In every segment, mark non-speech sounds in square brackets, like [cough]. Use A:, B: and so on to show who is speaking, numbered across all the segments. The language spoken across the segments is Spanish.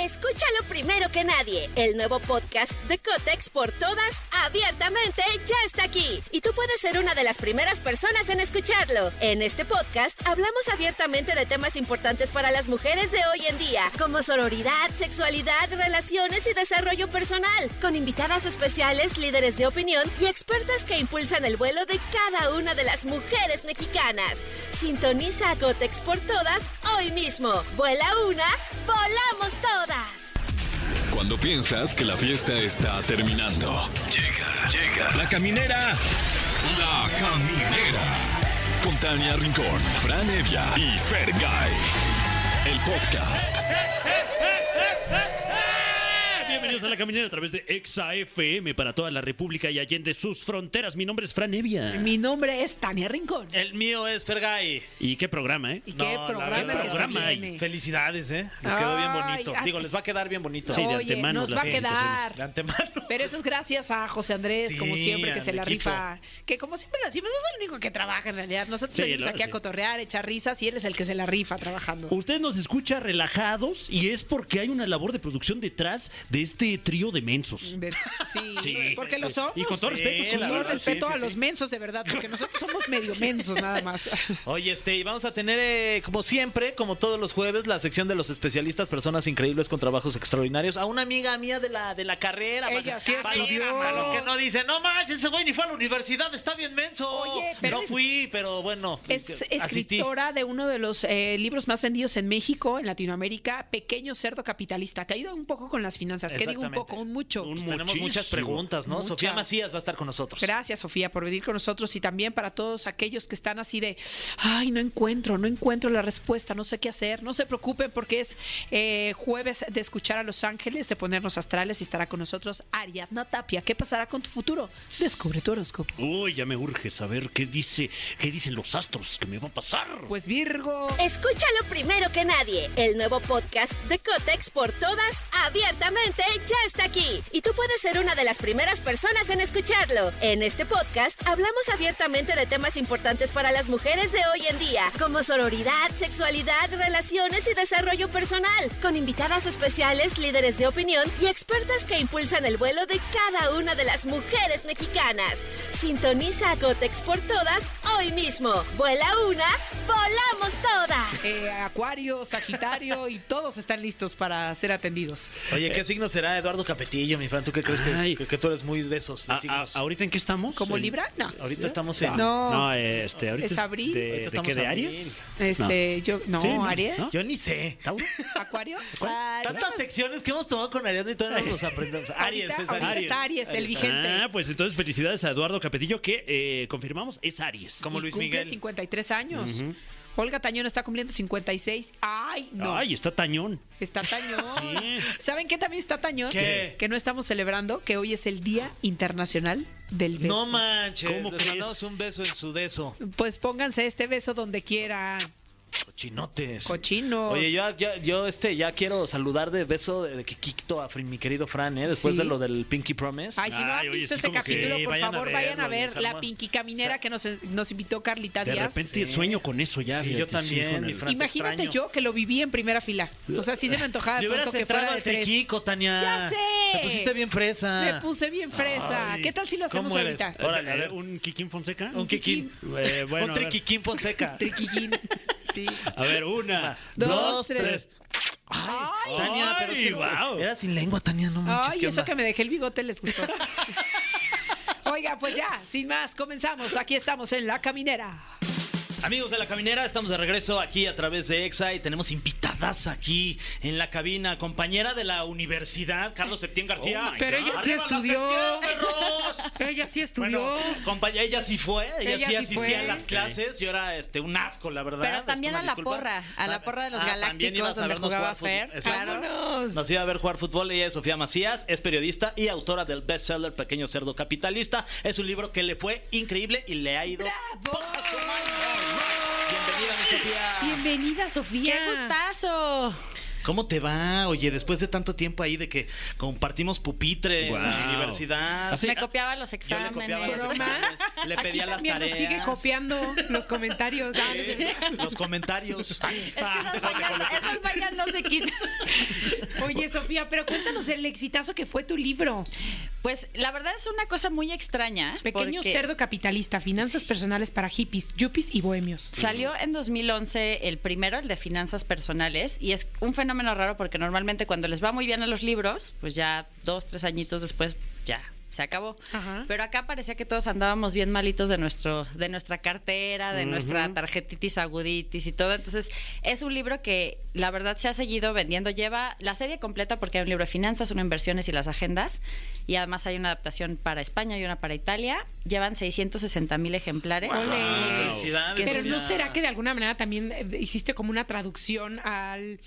A: Escúchalo primero que nadie. El nuevo podcast de Cotex por todas, abiertamente, ya está aquí. Y tú puedes ser una de las primeras personas en escucharlo. En este podcast hablamos abiertamente de temas importantes para las mujeres de hoy en día, como sororidad, sexualidad, relaciones y desarrollo personal, con invitadas especiales, líderes de opinión y expertas que impulsan el vuelo de cada una de las mujeres mexicanas. Sintoniza a Cotex por todas hoy mismo. Vuela una, volamos todas.
B: Cuando piensas que la fiesta está terminando. Llega, llega. La caminera. La caminera. Con Tania Rincón, Fran Evia y Fer El podcast.
C: Bienvenidos a la caminera a través de Exa FM para toda la República y allende sus fronteras. Mi nombre es Fran Evia.
D: Mi nombre es Tania Rincón.
E: El mío es Fergay.
C: Y qué programa, ¿eh?
D: ¿Y qué
E: No, la
D: programa,
C: verdad,
D: que se
C: programa hay.
D: viene?
E: Felicidades, ¿eh? Les quedó bien
D: Ay,
E: bonito.
D: ay.
E: Digo, les va a quedar bien bonito.
C: Sí, de
D: Oye,
C: antemano
D: nos
C: las
D: va a quedar.
E: De antemano. [laughs]
D: Pero eso es gracias a José Andrés,
E: Sí,
D: como siempre, que
E: al
D: se la
E: equipo.
D: rifa. Que como siempre lo decimos, es el único que trabaja en realidad. Nosotros
C: Sí,
D: venimos
C: la
D: aquí a
C: verdad, sí.
D: cotorrear, echar risas y él es el que se la rifa trabajando.
C: Usted nos escucha relajados y es porque hay una labor de producción detrás de este trío de mensos.
D: De- sí,
C: Sí.
D: porque lo somos.
C: Y con todo respeto,
E: Sí,
C: sí,
D: Con
E: la
D: todo
E: verdad,
D: respeto
E: sí, sí,
D: a los
E: sí.
D: mensos, de verdad, porque nosotros somos medio mensos nada
C: [laughs]
D: más.
E: Oye, este, y vamos a tener, eh, como siempre, como todos los jueves, la sección de los especialistas, personas increíbles con trabajos extraordinarios. A una amiga mía de la, de la carrera.
D: Ella
E: para,
D: sí
E: para los,
D: estudió.
E: para los que no dicen, no manches, ese güey ni fue a la universidad, está bien menso.
D: Oye, pero
E: no
D: es-
E: fui, pero bueno.
D: Es
E: asistí.
D: escritora de uno de los eh, libros más vendidos en México, en Latinoamérica, Pequeño Cerdo Capitalista. Te ayuda un poco con las finanzas. ¿Qué digo un
E: Exactamente.
D: poco? Un mucho.
C: Un
E: Tenemos muchas
C: Muchísimo.
E: preguntas, ¿no?
D: Muchas.
E: Sofía Macías va a estar con nosotros.
D: Gracias, Sofía, por venir con nosotros y también para todos aquellos que están así de, ay, no encuentro, no encuentro la respuesta, no sé qué hacer. No se preocupen porque es eh, jueves de escuchar a Los Ángeles, de ponernos astrales y estará con nosotros Ariadna Tapia. ¿Qué pasará con tu futuro? Descubre tu horóscopo.
C: Uy, ya me urge saber qué dice, qué dicen los astros que me va a pasar.
D: Pues Virgo.
A: Escúchalo primero que nadie. El nuevo podcast de Cotex por todas, abiertamente, ya está aquí. Y tú puedes ser una de las primeras personas en escucharlo. En este podcast hablamos abiertamente de temas importantes para las mujeres de hoy en día, como sororidad, sexualidad, relaciones y desarrollo personal, con invitadas especiales, líderes de opinión y expertas que impulsan el vuelo de cada una de las mujeres mexicanas. Sintoniza a Cotex por todas hoy mismo. Vuela una, volamos todas.
D: eh, Acuario, Sagitario y todos están listos para ser atendidos.
E: Oye, ¿qué signo será Eduardo Capetillo, mi Fran? ¿Tú qué crees
C: Eh, Ay.
E: que, que- que tú eres muy de esos de
C: A- a-
E: signos?
C: Ah, ¿Ahorita en qué estamos?
D: ¿Como
C: En-
D: Libra? No.
E: Ahorita estamos en...
D: No.
C: No, eh, este, ahorita
D: ¿Es abril?
C: ¿De,
E: Ahorita
C: de qué?
E: estamos
C: ¿De
E: abril.
C: Aries?
D: Este, yo, no,
C: Sí, no,
D: Aries.
C: ¿no?
E: Yo ni sé.
C: ¿Tauro?
D: ¿Acuario?
C: ¿Cuál?
D: Ay,
E: Tantas secciones que hemos tomado con Ariadna y todavía no nos aprendemos. Aries,
D: ahorita,
E: es
D: ahorita
E: Aries.
D: está Aries, el vigente.
C: Ah, pues entonces felicidades a Eduardo Capetillo que eh, confirmamos es Aries.
E: Como
D: Y
E: Luis
D: cumple
E: Miguel.
D: 53 años. Olga Tañón está cumpliendo 56. ¡Ay, no!
C: Ay, está tañón.
D: Está Tañón.
C: Sí.
D: ¿Saben qué también está Tañón?
E: ¿Qué?
D: Que no estamos celebrando que hoy es el Día Internacional del Beso.
E: No manches.
C: ¿Cómo
E: les
C: crees?
E: mandamos un beso en su beso.
D: Pues pónganse este beso donde quiera.
E: Cochinotes.
D: Cochinos.
E: Oye, yo, yo, yo, este, ya quiero saludar de beso de Kikito a Fran- mi querido Fran, ¿eh? Después
D: Sí.
E: de lo del Pinky Promise.
D: Ay, si no
C: Ay,
D: han
C: oye, sí,
D: visto ese
C: como que-
D: capítulo,
E: Sí,
D: por
E: vayan a
D: favor, vayan a
E: verlo,
D: ver
E: les
D: la
E: armo-
D: Pinky Caminera
E: Sa-
D: que nos, nos invitó Carlita
C: De
D: Díaz.
C: repente
E: Sí.
C: sueño con eso ya.
E: Sí, yo también,
C: con
E: mi
C: el-
E: Fran.
D: Imagínate
E: extraño.
D: yo que lo viví en primera fila. O sea, sí se me antojaba de
E: Yo hubieras
D: pronto que fuera
E: entrado
D: de
E: al
D: tres.
E: Triquico, Tania.
D: Ya sé.
E: Te pusiste bien fresa.
D: Me puse bien fresa.
C: Ay,
D: ¿Qué tal si lo hacemos
E: ¿cómo eres?
D: ahorita?
C: Órale,
E: A ver,
C: un Kikín Fonseca.
E: Un Kikín.
C: Eh, bueno,
E: un
C: a ver.
E: Triquiquín
D: [laughs]
E: Fonseca. [laughs]
D: Triquillín. Sí.
C: A ver, una,
D: Dos,
C: dos,
D: tres.
C: tres.
D: Ay,
E: Tania, pero es que no-
C: guau.
E: era sin lengua, Tania, no manches.
D: Ay,
E: ¿qué
D: eso
E: onda?
D: que me dejé el bigote les gustó. [laughs] Oiga, pues ya, sin más, comenzamos. Aquí estamos en La Caminera.
E: Amigos de la caminera, estamos de regreso aquí a través de EXA y tenemos invitadas aquí en la cabina, compañera de la universidad, Carlos Septién García.
C: Oh my
D: Pero God. ella sí
E: ¡Arriba la
D: estudió.
E: Septién, perros!
D: Ella sí
E: Bueno, compañera, ella sí fue, ella,
D: Ella
E: sí
D: sí
E: asistía
D: fue.
E: a las clases, yo era este un asco, la verdad.
F: Pero también
E: este,
F: a
E: una
F: la
E: disculpa.
F: porra, a la
E: Ah,
F: porra de los
E: ah, también ibas
F: Galácticos
E: a
F: donde
E: vernos
F: jugaba
E: jugar
F: Fer.
E: fútbol. Exacto.
D: Vámonos.
E: Nos iba a ver jugar fútbol ella es Sofía Macías, es periodista y autora del bestseller Pequeño Cerdo Capitalista. Es un libro que le fue increíble y le ha ido poca su madre. Bienvenida, mi Sofía.
D: Bienvenida, Sofía.
F: ¡Qué gustazo!
E: ¿Cómo te va? Oye, después de tanto tiempo ahí de que compartimos pupitre en la
C: Guau.
E: universidad.
C: Así-
F: Me ah, copiaba los
E: Yo le
F: exámenes.
E: copiaba los exámenes, le
G: Aquí
E: pedía las
G: también nos
E: tareas.
G: sigue copiando los comentarios. Ah, no es
E: Sí, Los comentarios.
F: [laughs] Esas vainas- esas vainas no se quitan.
G: cierto. Oye, Sofía, pero cuéntanos el exitazo que fue tu libro.
F: Pues la verdad es una cosa muy extraña.
G: Pequeño
F: porque
G: cerdo capitalista, finanzas personales para hippies, yuppies y bohemios.
F: Salió en 2011 el primero, el de finanzas personales, y es un fenómeno raro porque normalmente cuando les va muy bien a los libros, pues ya dos, tres añitos después ya se acabó.
G: Ajá.
F: Pero acá parecía que todos andábamos bien malitos de nuestro, de nuestra cartera, de nuestra tarjetitis aguditis y todo. Entonces, es un libro que la verdad se ha seguido vendiendo. Lleva la serie completa porque hay un libro de finanzas, uno de inversiones y las agendas. Y además hay una adaptación para España y una para Italia. Llevan 660 mil ejemplares.
G: Ole.
E: Felicidades.
G: Pero
E: Sofía.
G: no será que de alguna manera también eh, hiciste como una traducción al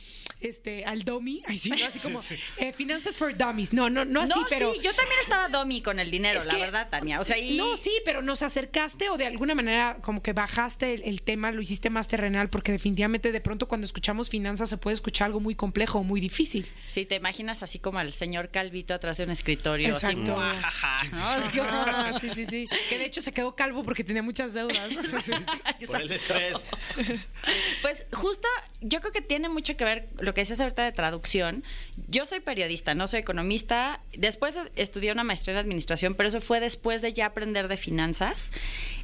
G: este al dummy, Ay, sí, ¿no? así como eh, finanzas for dummies. No, no, no así,
F: no,
G: pero
F: sí, yo también estaba domi con el dinero,
G: Es
F: la
G: que-
F: verdad, Tania. O sea, y...
G: No, sí, pero nos acercaste o de alguna manera como que bajaste el, el tema, lo hiciste más terrenal, porque definitivamente de pronto cuando escuchamos finanzas se puede escuchar algo muy complejo o muy difícil.
F: Sí, te imaginas así como al señor Calvito atrás de un escritorio. Así, "Ah,
G: Exacto.
F: [laughs] muajaja, ¿no? Así como-
G: Ah, sí, sí, sí. Que de hecho se quedó calvo porque tenía
F: [laughs]
G: muchas deudas.
E: Por el estrés.
F: Pues justo, yo creo que tiene mucho que ver lo que decías ahorita de traducción. Yo soy periodista, no soy economista. Después estudié una maestría en administración, pero eso fue después de ya aprender de finanzas.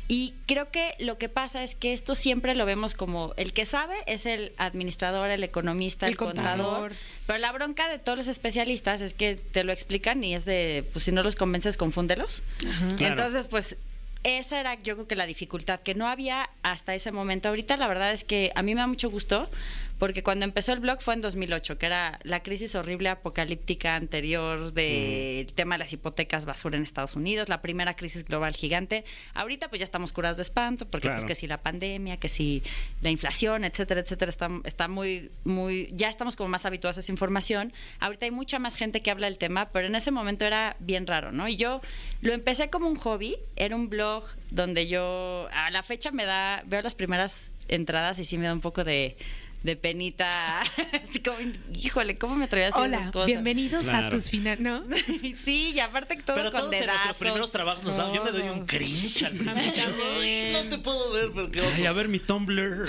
F: Y creo que lo que pasa es que esto siempre lo vemos como el que sabe es el administrador, el economista, el,
G: El contador.
F: contador. Pero la bronca de todos los especialistas es que te lo explican y es de, pues si no los convences, confúndelos.
C: Claro.
F: Entonces, pues esa era yo creo que la dificultad, que no había hasta ese momento. Ahorita la verdad es que a mí me da mucho gusto porque cuando empezó el blog fue en 2008, que era la crisis horrible apocalíptica anterior del
C: Mm.
F: tema de las hipotecas basura en Estados Unidos, la primera crisis global gigante. Ahorita pues ya estamos curados de espanto porque
C: Claro.
F: pues que si la pandemia, que si la inflación, etcétera, etcétera, está, está muy, muy, ya estamos como más habituados a esa información. Ahorita hay mucha más gente que habla del tema, pero en ese momento era bien raro, ¿no? Y yo lo empecé como un hobby, era un blog donde yo a la fecha me da, veo las primeras entradas y sí me da un poco de, de penita, [laughs] así como, híjole, ¿cómo me atreví a hacer esas
G: Hola,
F: cosas?
G: bienvenidos a
C: Claro.
G: tus finanzas. ¿No?
F: [laughs] Sí, y aparte que todo
E: Pero
F: con
E: todos en nuestros
F: dedazos.
E: primeros trabajos nos dan- Yo me doy un cringe al principio. Ay, No te puedo ver, pero qué oso.
C: Ay, a ver mi Tumblr.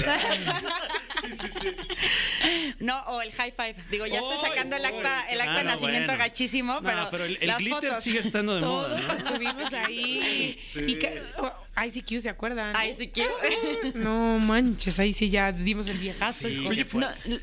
F: No, o el high five. Digo, ya estoy
C: Ay,
F: sacando el acta,
C: ay.
F: el acta de
C: Ah, no,
F: nacimiento
C: bueno.
F: gachísimo,
C: No,
F: pero,
C: pero el, el
F: las
C: glitter
F: fotos.
C: sigue estando de moda.
G: Todos
C: ¿no?
G: estuvimos ahí. Y que- oh, ICQ, ¿se acuerdan?
F: [laughs] Ay, sí que-
G: No manches, ahí sí ya dimos el viejazo. hijo.
E: Oye, pues,
F: No, l-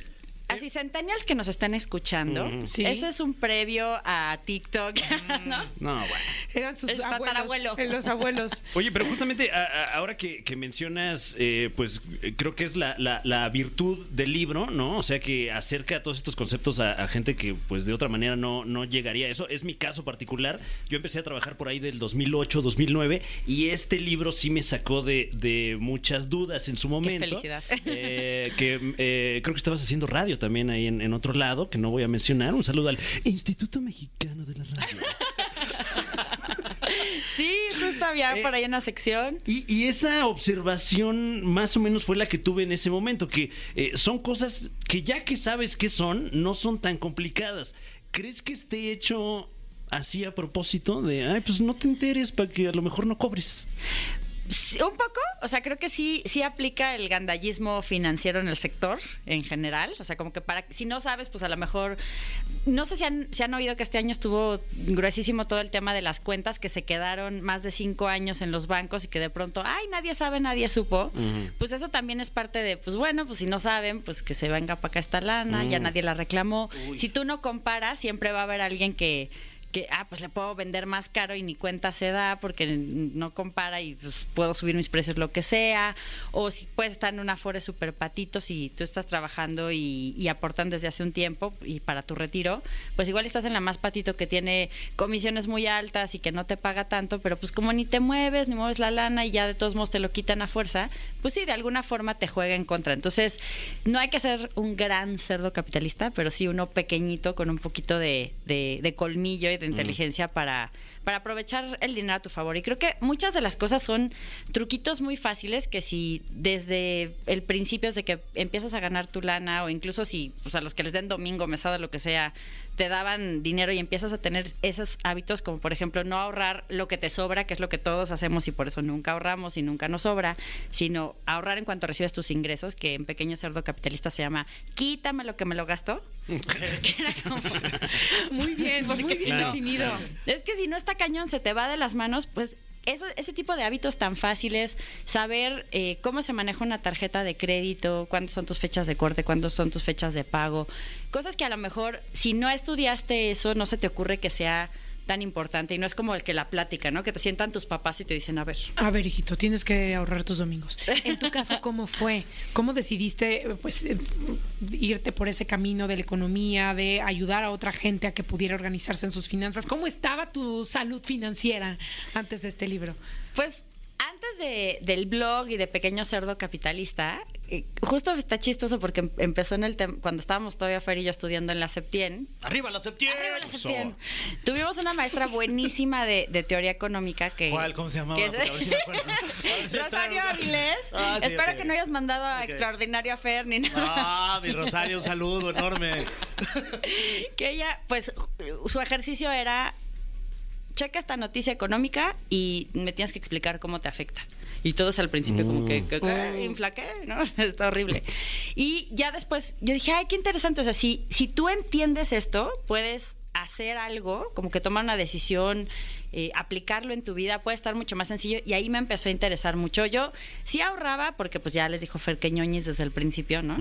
F: así, centennials que nos están escuchando,
C: Mm.
G: Sí.
F: eso es un previo a TikTok, [laughs] ¿no?
C: No, bueno.
G: Eran sus
F: El tatarabuelo.
G: abuelos. eh,
F: [laughs]
G: Los abuelos.
C: Oye, pero justamente a- a- ahora que, que mencionas, eh, pues eh, creo que es la, la- la virtud del libro, ¿no? O sea, que acerca todos estos conceptos a, a gente que, pues, de otra manera no, no llegaría a eso. Es mi caso particular. Yo empecé a trabajar por ahí del 2008, 2009, y este libro sí me sacó de, de muchas dudas en su momento.
F: felicidad.
C: Eh, que eh, creo que estabas haciendo radio también ahí en, en otro lado, que no voy a mencionar. Un saludo al Instituto Mexicano de la Radio.
F: Sí, justo había
C: Eh,
F: por ahí una sección.
C: Y, y esa observación más o menos fue la que tuve en ese momento, que eh, son cosas que ya que sabes qué son, no son tan complicadas. ¿Crees que esté hecho así a propósito de, ay, pues no te enteres para que a lo mejor no cobres?
F: Sí, Un poco, o sea, creo que sí, sí aplica el gandallismo financiero en el sector en general. O sea, como que para si no sabes, pues a lo mejor. No sé si han, si han oído que este año estuvo gruesísimo todo el tema de las cuentas que se quedaron más de cinco años en los bancos y que de pronto, ay, nadie sabe, nadie supo. Pues eso también es parte de, pues bueno, pues si no saben, pues que se venga para acá esta lana, ya nadie la reclamó. Si tú no comparas, siempre va a haber alguien que que, ah, pues le puedo vender más caro y ni cuenta se da porque no compara y pues, puedo subir mis precios lo que sea. O si puedes estar en un Afore super patitos y tú estás trabajando y, y aportan desde hace un tiempo y para tu retiro, pues igual estás en la más patito que tiene comisiones muy altas y que no te paga tanto, pero pues como ni te mueves, ni mueves la lana y ya de todos modos te lo quitan a fuerza, pues sí, de alguna forma te juega en contra. Entonces, no hay que ser un gran cerdo capitalista, pero sí uno pequeñito con un poquito de, de- de colmillo y de inteligencia para, para aprovechar el dinero a tu favor. Y creo que muchas de las cosas son truquitos muy fáciles que si desde el principio, desde que empiezas a ganar tu lana o incluso si pues, a los que les den domingo, mesada, lo que sea, te daban dinero y empiezas a tener esos hábitos como por ejemplo no ahorrar lo que te sobra, que es lo que todos hacemos y por eso nunca ahorramos y nunca nos sobra, sino ahorrar en cuanto recibes tus ingresos, que en Pequeño Cerdo Capitalista se llama Quítame lo que me lo gastó. que era como-
G: [laughs] Muy bien, muy bien
C: Claro,
G: definido.
F: es que si no está cañón, se te va de las manos, pues eso, ese tipo de hábitos tan fáciles, saber eh, cómo se maneja una tarjeta de crédito, cuándo son tus fechas de corte, cuándo son tus fechas de pago, cosas que a lo mejor si no estudiaste eso, no se te ocurre que sea tan importante y no es como el que la plática, ¿no? Que te sientan tus papás y te dicen, a ver,
G: A ver, hijito, tienes que ahorrar tus domingos. En tu caso, ¿cómo fue? ¿Cómo decidiste eh, pues, eh, irte por ese camino de la economía, de ayudar a otra gente a que pudiera organizarse en sus finanzas? ¿Cómo estaba tu salud financiera antes de este libro?
F: Pues antes de- del blog y de Pequeño Cerdo Capitalista, eh, justo está chistoso porque em- empezó en el tem- cuando estábamos todavía Fer y yo estudiando en la Septien.
E: ¡Arriba la septiembre!
F: Arriba la Septien. Tuvimos una maestra buenísima de, de teoría económica que.
E: ¿Cuál? ¿Cómo se llamaba?
F: que es-
E: Porque a ver si me
C: [laughs]
E: acuerdo. A ver si
F: Rosario
E: traigo-
F: Avilés.
E: Ah, sí,
F: Espero
E: ok.
F: que no hayas mandado a
E: Ok.
F: Extraordinaria Fer ni nada.
E: Ah, mi Rosario, un saludo enorme.
F: que ella, pues, su ejercicio era, checa esta noticia económica y me tienes que explicar cómo te afecta. Y todos al principio como que, que- que, inflaqué, ¿no? [laughs] Está horrible. Y ya después yo dije, ay, qué interesante. O sea, si, si tú entiendes esto, puedes hacer algo, como que tomar una decisión, eh, aplicarlo en tu vida, puede estar mucho más sencillo. Y ahí me empezó a interesar mucho. Yo sí ahorraba, porque pues ya les dijo Fer que ñoñis desde el principio, ¿no?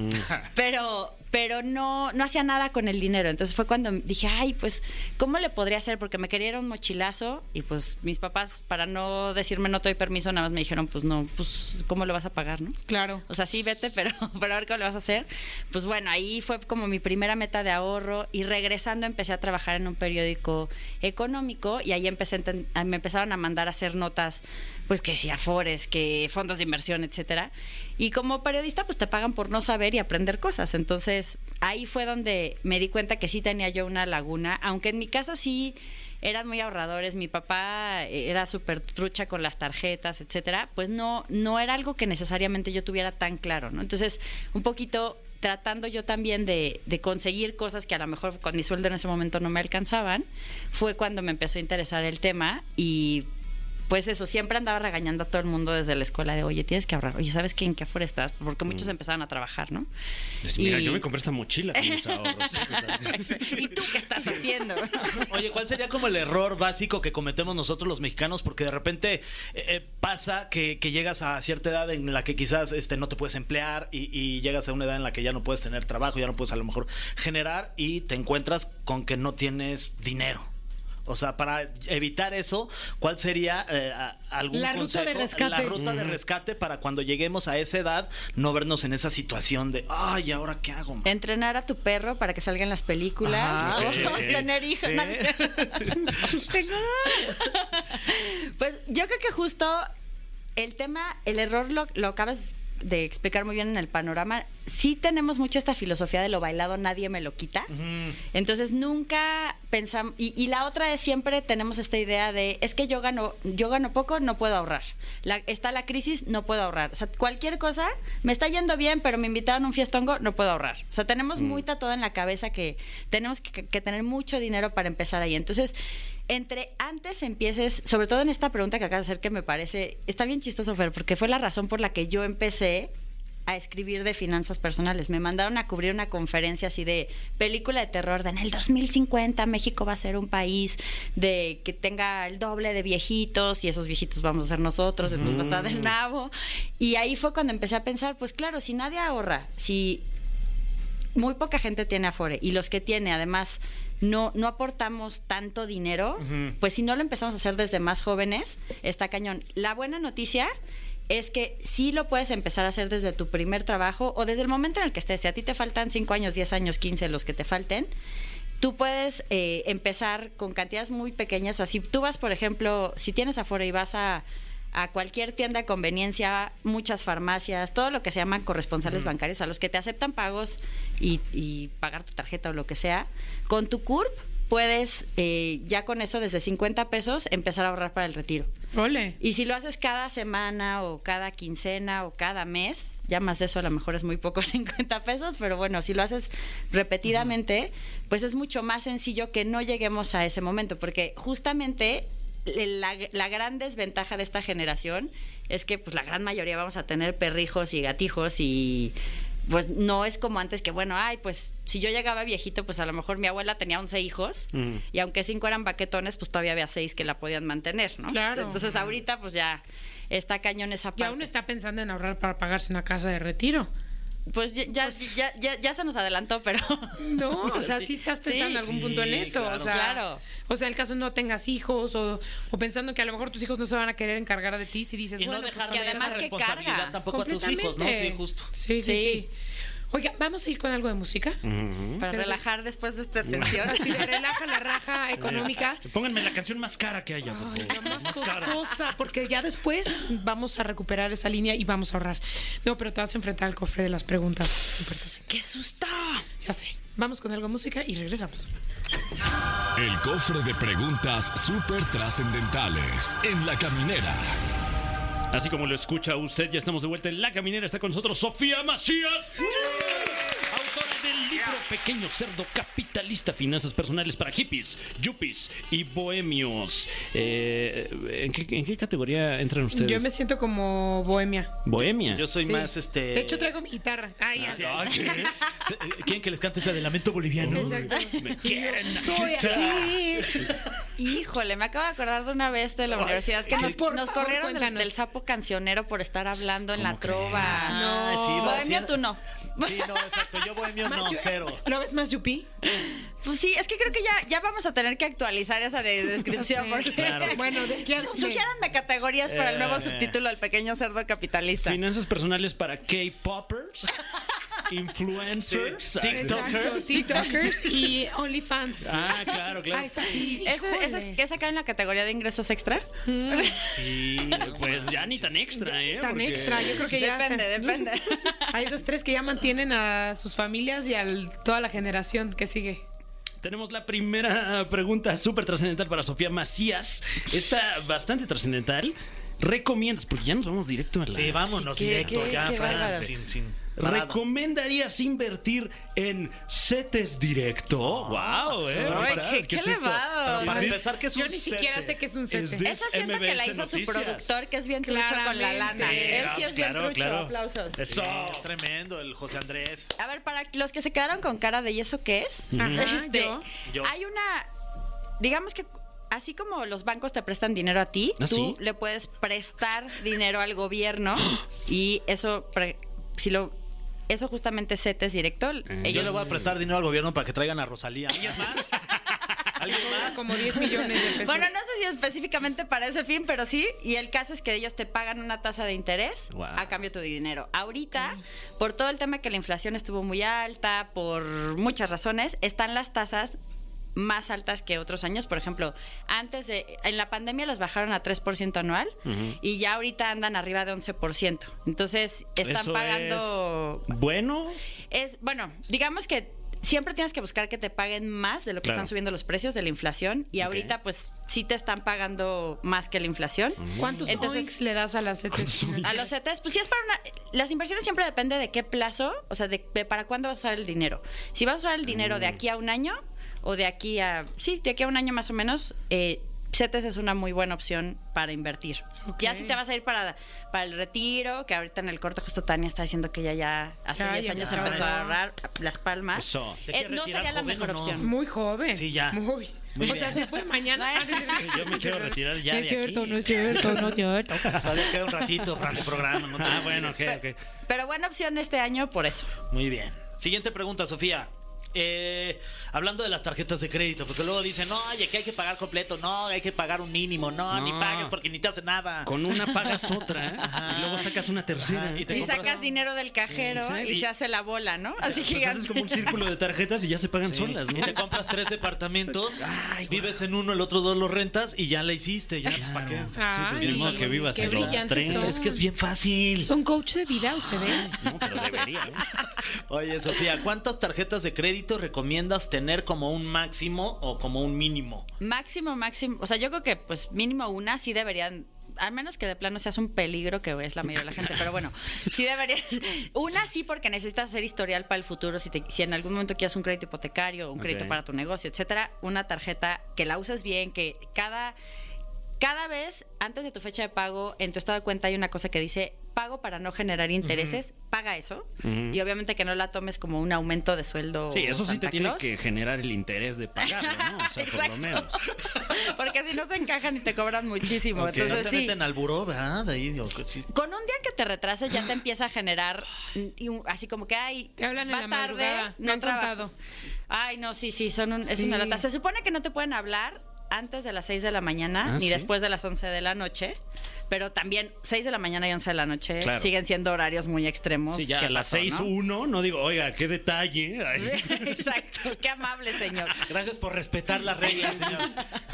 F: Pero, pero no, no hacía nada con el dinero. Entonces fue cuando dije, ay, pues, ¿cómo le podría hacer? Porque me quería ir a un mochilazo y pues mis papás, para no decirme no te doy permiso, nada más me dijeron, pues no, pues, ¿cómo lo vas a pagar, no?
G: Claro.
F: O sea, sí, vete, pero, [laughs] pero a ver qué le vas a hacer. Pues bueno, ahí fue como mi primera meta de ahorro y regresando empecé a trabajar en un periódico económico y ahí empecé a enten- a- me empezaron a mandar a hacer notas, pues que si afores, que fondos de inversión, etcétera. Y como periodista, pues te pagan por no saber y aprender cosas. Entonces, ahí fue donde me di cuenta que sí tenía yo una laguna, aunque en mi casa sí eran muy ahorradores, mi papá eh, era súper trucha con las tarjetas, etcétera, pues no, no era algo que necesariamente yo tuviera tan claro, ¿no? Entonces, un poquito tratando yo también de, de conseguir cosas que a lo mejor con mi sueldo en ese momento no me alcanzaban, fue cuando me empezó a interesar el tema y pues eso, siempre andaba regañando a todo el mundo desde la escuela de, oye, tienes que ahorrar, oye, ¿sabes qué? ¿En qué afuera estás? Porque muchos empezaron a trabajar, ¿no? [laughs]
C: Pues mira,
F: Y-
C: yo me compré esta mochila con mis ahorros.
F: ¿Y tú qué estás haciendo?
E: Oye, ¿cuál sería como el error básico que cometemos nosotros los mexicanos? Porque de repente eh, eh, pasa que, que llegas a cierta edad en la que quizás este, no te puedes emplear y, y llegas a una edad en la que ya no puedes tener trabajo, ya no puedes a lo mejor generar y te encuentras con que no tienes dinero. O sea, para evitar eso, ¿cuál sería eh, a- algún
G: La ruta de
E: consejo?
G: rescate.
E: La ruta de rescate para cuando lleguemos a esa edad no vernos en esa situación de, ay, ¿ahora qué hago? man?"
F: Entrenar a tu perro para que salgan las películas.
E: Ajá,
F: [laughs] o
E: ok, ok.
F: tener hijos.
E: Sí.
F: Pues yo creo que justo el tema, el error lo, lo acabas de explicar muy bien en el panorama. Sí tenemos mucho esta filosofía de lo bailado, nadie me lo quita.
E: Ujú.
F: Entonces nunca pensamos, y, y la otra es siempre tenemos esta idea de, es que yo gano, yo gano poco, no puedo ahorrar. La- está la crisis, no puedo ahorrar. O sea, cualquier cosa, me está yendo bien, pero me invitaron a un fiestongo, no puedo ahorrar. O sea, tenemos muy tatuado en la cabeza que tenemos que, que- que tener mucho dinero para empezar ahí. Entonces, entre antes empieces, sobre todo en esta pregunta que acabas de hacer, que me parece, está bien chistoso, Fer, porque fue la razón por la que yo empecé a escribir de finanzas personales. Me mandaron a cubrir una conferencia así de película de terror de en el 2050 México va a ser un país de que tenga el doble de viejitos y esos viejitos vamos a ser nosotros, entonces va a estar del nabo. Y ahí fue cuando empecé a pensar, pues claro, si nadie ahorra, si muy poca gente tiene Afore y los que tiene además no, no aportamos tanto dinero, pues si no lo empezamos a hacer desde más jóvenes, está cañón. La buena noticia es que sí lo puedes empezar a hacer desde tu primer trabajo o desde el momento en el que estés. Si a ti te faltan 5 años, 10 años, 15, los que te falten, tú puedes eh, empezar con cantidades muy pequeñas. O sea, si tú vas, por ejemplo, si tienes Afore y vas a a cualquier tienda de conveniencia, muchas farmacias, todo lo que se llaman corresponsales bancarios, a los que te aceptan pagos y, y pagar tu tarjeta o lo que sea, con tu CURP puedes eh, ya con eso, desde 50 pesos, empezar a ahorrar para el retiro.
G: Ole.
F: Y si lo haces cada semana o cada quincena o cada mes, ya más de eso a lo mejor es muy poco [laughs] 50 pesos, pero bueno, si lo haces repetidamente, pues es mucho más sencillo que no lleguemos a ese momento, porque justamente la, la gran desventaja de esta generación es que pues la gran mayoría vamos a tener perrijos y gatijos y pues no es como antes que bueno, ay, pues si yo llegaba viejito, pues a lo mejor mi abuela tenía 11 hijos
C: Mm.
F: y aunque cinco eran baquetones, pues todavía había seis que la podían mantener, ¿no?
G: Claro.
F: Entonces ahorita pues ya está cañón esa parte.
D: Ya uno está pensando en ahorrar para pagarse una casa de retiro.
F: Pues ya, ya, ya, ya- ya se nos adelantó, pero...
D: [laughs] No,
E: [laughs]
D: o sea, sí
F: Sí,
D: estás pensando en algún
E: sí,
D: punto en eso.
E: claro.
D: o sea,
F: Claro.
D: O sea, el caso no tengas hijos o, o pensando que a lo mejor tus hijos no se van a querer encargar de ti si dices,
E: Y
D: bueno,
E: no
D: pues,
E: dejarle
F: [laughs] que además
E: esa
F: que
E: responsabilidad
F: carga.
E: tampoco a tus hijos, ¿no? Sí,
D: Completamente.
E: justo.
D: Sí, sí,
F: Sí.
D: sí. Oiga, vamos a ir con algo de música.
C: Ujú.
F: Para
D: Pero-
F: relajar después de esta tensión.
D: Así de [laughs] relaja
C: [laughs]
D: la raja económica.
C: Pónganme la canción más cara que haya. por
D: Ay,
C: favor.
D: la más
C: cara.
D: costosa, porque ya después vamos a recuperar esa línea y vamos a ahorrar. No, pero te vas a enfrentar al cofre de las preguntas. súper fácil.
F: ¡Qué susto!
D: Ya sé. Vamos con algo de música y regresamos.
B: El cofre de preguntas súper trascendentales en la caminera.
C: Así como lo escucha usted, ya estamos de vuelta en La Caminera. Está con nosotros Sofía Macías, autora del libro Pequeño Cerdo Capitalista, Finanzas Personales para Hippies, Yuppies y Bohemios. Eh, ¿en, qué, en qué categoría entran ustedes?
D: Yo me siento como bohemia.
C: Bohemia.
E: Yo soy
D: Sí.
E: más este.
D: De hecho,
E: [laughs]
D: traigo mi guitarra. Ay, [laughs] ya.
E: Ah, ¿qué? ¿Quieren que les cante ese de lamento
D: [laughs]
E: boliviano?
D: Exacto.
C: Me quieren.
D: Soy aquí.
F: Híjole, me acabo de acordar de una vez de la universidad que
D: Ay,
F: nos,
D: por
F: nos
D: favor,
F: corrieron del,
D: cuéntanos.
F: del sapo cancionero por estar hablando en la
E: ¿Cómo crees?
F: trova.
E: Ah, sí, iba a
F: Bohemio,
E: decir-
F: tú no.
E: Sí, no, exacto. Yo bohemio no,
D: Macho-
E: cero.
D: ¿Lo ves más yupi?
F: Pues sí, es que creo que ya, ya vamos a tener que actualizar esa
D: [laughs]
F: de- descripción
D: No sé.
F: porque... [laughs]
D: Claro. Bueno, de- ya-
F: Su- sugiéranme categorías para el nuevo
C: Eh.
F: subtítulo del pequeño cerdo capitalista.
C: Finanzas personales para
D: [laughs]
C: K-Poppers, influencers,
E: Sí, TikTok.
D: Exacto, TikTokers y OnlyFans.
C: Ah, claro, claro.
D: Ah, esa sí.
F: ¿Ese, ese,
D: híjole.
F: ese cae en la categoría de ingresos extra?
E: Sí, no
C: Pues ya
E: manches.
C: ni tan extra, ¿eh?
D: Tan
C: Porque-
D: extra, yo creo que ya.
F: Depende,
D: [laughs]
F: depende.
D: Hay dos, tres que ya mantienen a sus familias y a toda la generación que sigue.
C: Tenemos la primera pregunta súper trascendental para Sofía Macías. Está bastante trascendental. ¿Recomiendas? Porque ya nos vamos directo a la.
E: Sí, vámonos
F: Sí, qué-
E: directo
F: qué-
E: ya,
F: qué
E: Fran,
F: bárbaros.
E: sin, sin parada.
C: ¿Recomendarías invertir en CETES directo? ¡Wow! Eh,
F: Ay,
C: Para-
F: qué- qué
C: es esto?
F: elevado.
E: Para
C: ¿Es
E: empezar, que es un
D: Yo ni siquiera
E: sete.
D: sé qué es un
C: this-
D: sete.
C: this
F: Esa siento que
C: MBS
F: la hizo su
C: Noticias?
F: productor, que es bien trucho con la
D: Claramente.
F: lana.
D: Sí,
F: Él sí
C: claro,
F: es bien
C: claro,
F: trucho.
C: claro.
F: Aplausos.
C: Eso.
E: Sí, es tremendo el José Andrés.
F: A ver, para los que se quedaron con cara de ¿y eso qué es?
D: Ajá,
F: Este,
D: yo.
E: Yo.
F: Hay una. Digamos que así como los bancos te prestan dinero a ti,
C: ¿Ah,
F: tú
C: sí?
F: le puedes prestar dinero al gobierno y eso, pre- si lo. Eso justamente CETES directo.
E: Yo
F: ellos-
E: le voy a prestar dinero al gobierno para que traigan a Rosalía. ¿Alguien más? [laughs] ¿Alguien más?
D: Como 10 millones de pesos.
F: Bueno, no sé si específicamente para ese fin, pero sí. Y el caso es que ellos te pagan una tasa de interés
C: Guau.
F: a cambio de tu dinero. Ahorita, por todo el tema que la inflación estuvo muy alta, por muchas razones, están las tasas más altas que otros años. Por ejemplo, antes de... En la pandemia las bajaron a 3% anual
C: Ujú.
F: y ya ahorita andan arriba de 11%. Entonces, están
C: Eso
F: pagando
C: es Bueno,
F: es, bueno, digamos que siempre tienes que buscar que te paguen más de lo que
C: Claro.
F: están subiendo los precios de la inflación y
C: Ok.
F: ahorita pues sí te están pagando más que la inflación.
C: Mm.
D: ¿Cuántos
F: Entonces-
D: oinks le das a las E setes?
F: A los CETES, pues sí es para una... Las inversiones siempre depende de qué plazo, o sea, de, de para cuándo vas a usar el dinero. Si vas a usar el dinero
C: Mm.
F: de aquí a un año o de aquí a... Sí, de aquí a un año más o menos, eh, CETES es una muy buena opción para invertir. Ya
D: Ok.
F: si te vas a ir para, para el retiro, que ahorita en el corte justo Tania está diciendo que ella ya hace
D: Ya,
F: 10
D: ya
F: años
D: ahorró.
F: empezó a ahorrar las palmas.
C: Eso.
E: ¿Te
F: Eh,
E: quieres
F: no
E: retirar
F: sería la
E: joven o
F: mejor
E: no?
F: opción.
D: Muy joven.
E: Sí, ya.
D: Muy.
E: Muy
D: o sea,
E: bien.
D: se fue mañana.
C: yo me quiero retirar [laughs] ya
D: No es
C: de
D: cierto,
C: aquí.
D: no es cierto, no es cierto.
E: Todavía queda un ratito para el programa. no te
C: Ah, bueno, ok,
E: olvides.
C: ok.
F: Pero buena opción este año por eso.
E: Muy bien. Siguiente pregunta, Sofía. Eh, hablando de las tarjetas de crédito, porque luego dicen, no, oye, que hay que pagar completo, no, hay que pagar un mínimo, no, ni
C: No.
E: pagues porque ni te hace nada.
C: Con una pagas otra ¿eh?
E: Ajá.
C: y luego sacas una tercera.
E: Ajá, y te
F: Y
E: compras-
F: sacas dinero del cajero
C: Sí,
F: y
C: y-
F: se hace la bola, ¿no? Así
C: Pues haces
F: gigante.
C: como un círculo de tarjetas y ya se pagan
E: Sí.
C: solas, ¿no?
E: Y te compras tres
C: [laughs]
E: departamentos, vives en uno, el otro dos lo rentas y ya la hiciste. Ya, pues, ¿para qué?
C: pues, ni modo que vivas
D: qué
C: en los
D: brillantes
C: trenes.
D: son.
E: Es que es bien fácil.
D: Son coach de vida ustedes.
F: [laughs]
C: No, pero debería, ¿eh?
E: Oye, Sofía, ¿cuántas tarjetas de crédito proyectos recomiendas tener como un máximo o como un mínimo?
D: Pues,
F: Máximo, máximo. O sea, yo creo que pues mínimo una sí deberían. Al menos que de plano seas un peligro, que es la mayoría de la gente, pero bueno, sí deberías. Una sí, porque necesitas hacer historial para el futuro. Si, te- si en algún momento quieres un crédito hipotecario, un crédito
C: Ok.
F: para tu negocio, etcétera, una tarjeta que la uses bien, que cada, cada vez antes de tu fecha de pago, en tu estado de cuenta hay una cosa que dice pago para no generar intereses, paga eso.
C: Ujú.
F: Y obviamente que no la tomes como un aumento de sueldo.
C: Sí, eso sí
F: Santa
C: te tiene
F: Claus.
C: que generar el interés de pagarlo, ¿no? O sea, por lo
F: Exacto.
C: menos.
F: [laughs] Porque si no se encajan y te cobran muchísimo.
E: Que no
F: Entonces,
E: te
F: sí.
E: meten al buró, ¿verdad? De ahí, digo, que sí.
F: Con un día que te retrases ya te empieza a generar y un- así como que ay,
D: Te hablan en
F: va
D: la
F: tarde,
D: madrugada, me
F: no
D: han
F: traba-
D: contado.
F: Ay, no, sí, sí, son un- es
D: Sí.
F: una lata. Se supone que no te pueden hablar antes de las 6 de la mañana
C: Ah,
F: ni
C: ¿sí?
F: después de las 11 de la noche, pero también 6 de la mañana y 11 de la noche
C: Claro.
F: siguen siendo horarios muy extremos.
C: Sí, ya
F: que
C: a las uh,
F: pasó, ¿no?
C: 6.1, ¿no? digo, oiga, qué detalle. Ay.
F: [laughs]
C: [laughs]
F: Exacto, qué amable señor.
E: Gracias por respetar las reglas, señor.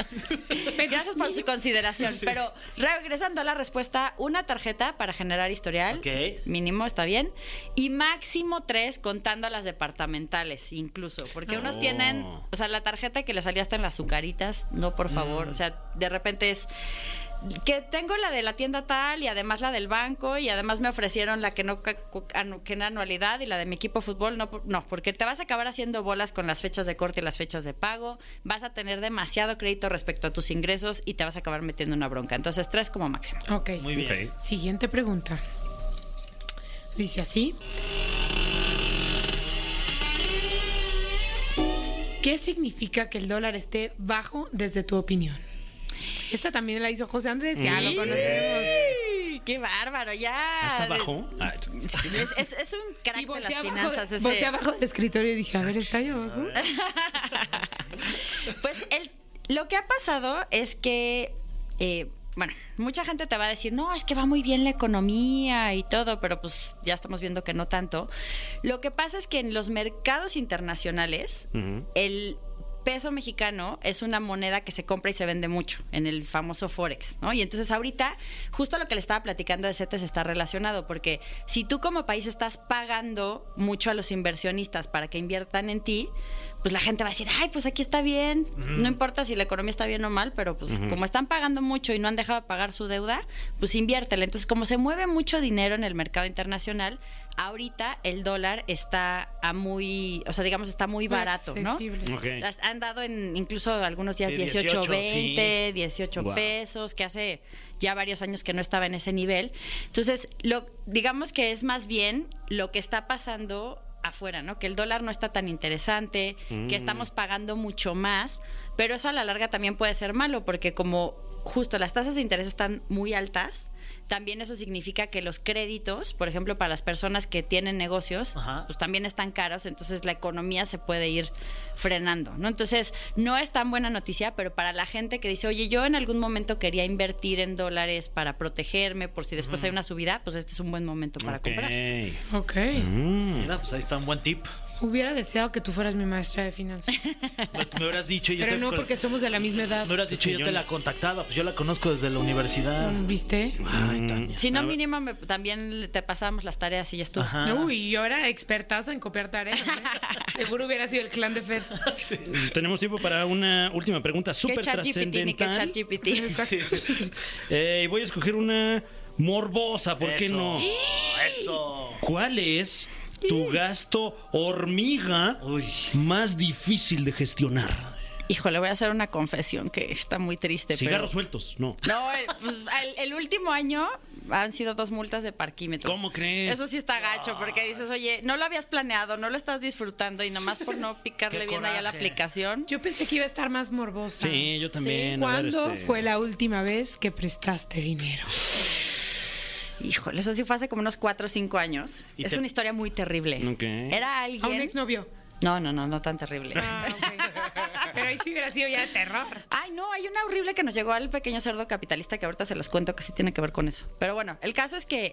F: [laughs] Gracias por su consideración. Pero regresando a la respuesta, una tarjeta para generar historial.
E: Ok.
F: Mínimo, está bien. Y máximo tres contando a las departamentales, incluso. Porque unos
C: Oh.
F: tienen, o sea, la tarjeta que le salía hasta en las azucaritas, no, por
C: Mm.
F: favor. O sea, de repente es que tengo la de la tienda tal y además la del banco y además me ofrecieron la que no ca- cu- anu- que en anualidad y la de mi equipo de fútbol no por- no porque te vas a acabar haciendo bolas con las fechas de corte y las fechas de pago vas a tener demasiado crédito respecto a tus ingresos y te vas a acabar metiendo una bronca entonces tres como máximo
C: Ah,
D: Ok.
E: Muy bien.
C: Ok.
D: Siguiente pregunta. Dice así. ¿Qué significa que el dólar esté bajo desde tu opinión? Esta también la hizo José Andrés, ya lo conocemos.
F: qué bárbaro ya
C: ¿Hasta abajo?
F: [laughs]
C: Ay,
F: es, es- es un
D: Y
F: crack de
D: volteé
F: las
D: abajo,
F: finanzas ese.
D: volteé abajo del escritorio y dije, a ver, ¿está ahí abajo?
F: Pues el, lo que ha pasado es que, eh, bueno, mucha gente te va a decir, no, es que va muy bien la economía y todo, pero pues ya estamos viendo que no tanto. Lo que pasa es que en los mercados internacionales,
C: Ujú.
F: el peso mexicano es una moneda que se compra y se vende mucho en el famoso Forex, ¿no? Y entonces ahorita, justo lo que le estaba platicando de CETES está relacionado, porque si tú como país estás pagando mucho a los inversionistas para que inviertan en ti, pues la gente va a decir, ay, pues aquí está bien, no importa si la economía está bien o mal, pero pues como están pagando mucho y no han dejado de pagar su deuda, pues inviértele. Entonces, como se mueve mucho dinero en el mercado internacional, ahorita el dólar está a muy, o sea, digamos, está muy barato, ¿no?
D: Accesible.
C: Ok.
F: Las Han dado en incluso algunos días
E: Sí,
F: 18,
E: 18,
F: 20, 18
C: Guau.
F: pesos, que hace ya varios años que no estaba en ese nivel. Entonces, lo, digamos que es más bien lo que está pasando afuera, ¿no? Que el dólar no está tan interesante, que estamos pagando mucho más, pero eso a la larga también puede ser malo, porque como justo las tasas de interés están muy altas, también eso significa que los créditos, por ejemplo, para las personas que tienen negocios,
E: Ajá.
F: pues también están caros, entonces la economía se puede ir frenando, ¿no? Entonces, no es tan buena noticia, pero para la gente que dice, oye, yo en algún momento quería invertir en dólares para protegerme por si después hay una subida, pues este es un buen momento para
C: Ok.
F: comprar.
D: Ok.
C: Mm.
E: Mira, pues ahí está un buen tip.
D: Hubiera deseado que tú fueras mi maestra
C: [laughs]
D: de finanzas,
E: Me, me hubieras dicho y yo
D: pero
E: te-
D: no porque somos de la misma edad.
E: Me hubieras dicho y yo te la contactaba, pues yo la conozco desde la universidad.
D: Mm. ¿Viste?
E: Ay, Tania.
F: Si
C: A
F: no,
C: ver.
F: mínimo, me- también te pasamos las tareas y ya estuvo.
E: Ajá.
D: Uy, y ahora expertaza en copiar
C: [laughs]
D: tareas. ¿eh? Seguro hubiera sido el clan de Fer.
C: Tenemos tiempo para una última pregunta
F: ¿Qué
C: súper
F: ChatGPT ni qué
C: trascendental.
F: [laughs] ChatGPT?
E: Sí.
C: [laughs] Eh, y voy a escoger una morbosa, ¿por qué
E: Eso.
F: [gasps]
C: no?
E: Eso.
C: ¿Cuál es tu gasto hormiga
E: Uy.
C: más difícil de gestionar?
F: Híjole, voy a hacer una confesión que está muy triste.
C: Cigarros
F: pero...
C: sueltos, no.
F: No, el, pues, el- el último año han sido dos multas de parquímetro.
C: ¿Cómo crees?
F: Eso sí está gacho, porque dices, oye, no lo habías planeado, no lo estás disfrutando y nomás por no picarle
E: Qué
F: bien allá la
E: coraje.
F: aplicación.
D: Yo pensé que iba a estar más morbosa.
C: Sí, yo también. a ver,
D: ¿Cuándo
C: este-
D: fue la última vez que prestaste dinero?
F: Híjole, eso sí fue hace como unos cuatro o cinco años.
E: Y
F: Es
E: te-
F: una historia muy terrible.
C: Ok.
F: Era
D: A un
F: alguien.
D: exnovio.
F: No, no, no, no tan terrible.
D: Ah, ok. Pero ahí sí hubiera sido ya de terror.
F: Ay, no, hay una horrible que nos llegó al pequeño cerdo capitalista que ahorita se los cuento que sí tiene que ver con eso. Pero bueno, el caso es que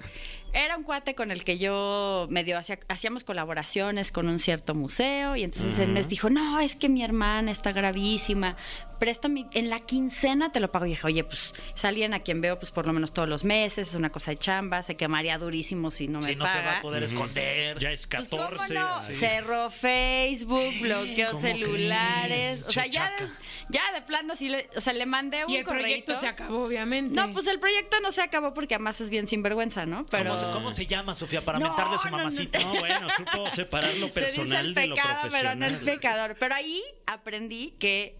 F: era un cuate con el que yo medio hacía- hacíamos colaboraciones con un cierto museo y entonces él me dijo, no, es que mi hermana está gravísima, préstame, en la quincena te lo pago. Y dije, oye, pues es alguien a quien veo pues por lo menos todos los meses, es una cosa de chamba, se quemaría durísimo si no me
E: Si no
F: paga.
E: se va a poder esconder.
C: Ya es
F: Pues,
C: 14.
F: ¿cómo no?
C: sí.
F: Cerró Facebook, bloqueó
E: ¿Cómo
F: celulares.
E: crees?
F: O sea, ya de,
E: Chochaca.
F: ya de plano sí le, o sea, le mandé un
D: Y el proyecto
F: correíto.
D: se acabó, obviamente.
F: No, pues el proyecto no se acabó porque además es bien sinvergüenza, ¿no? Pero
E: ¿Cómo, se, cómo se llama, Sofía? Para
F: No,
E: mentarle a su
F: no, no,
E: mamacita.
C: No, bueno,
F: [laughs]
C: supo separar lo
F: se dice
C: personal
F: el
C: de lo
F: pecado, pero no el
C: profesional.
F: pecador. Pero ahí aprendí que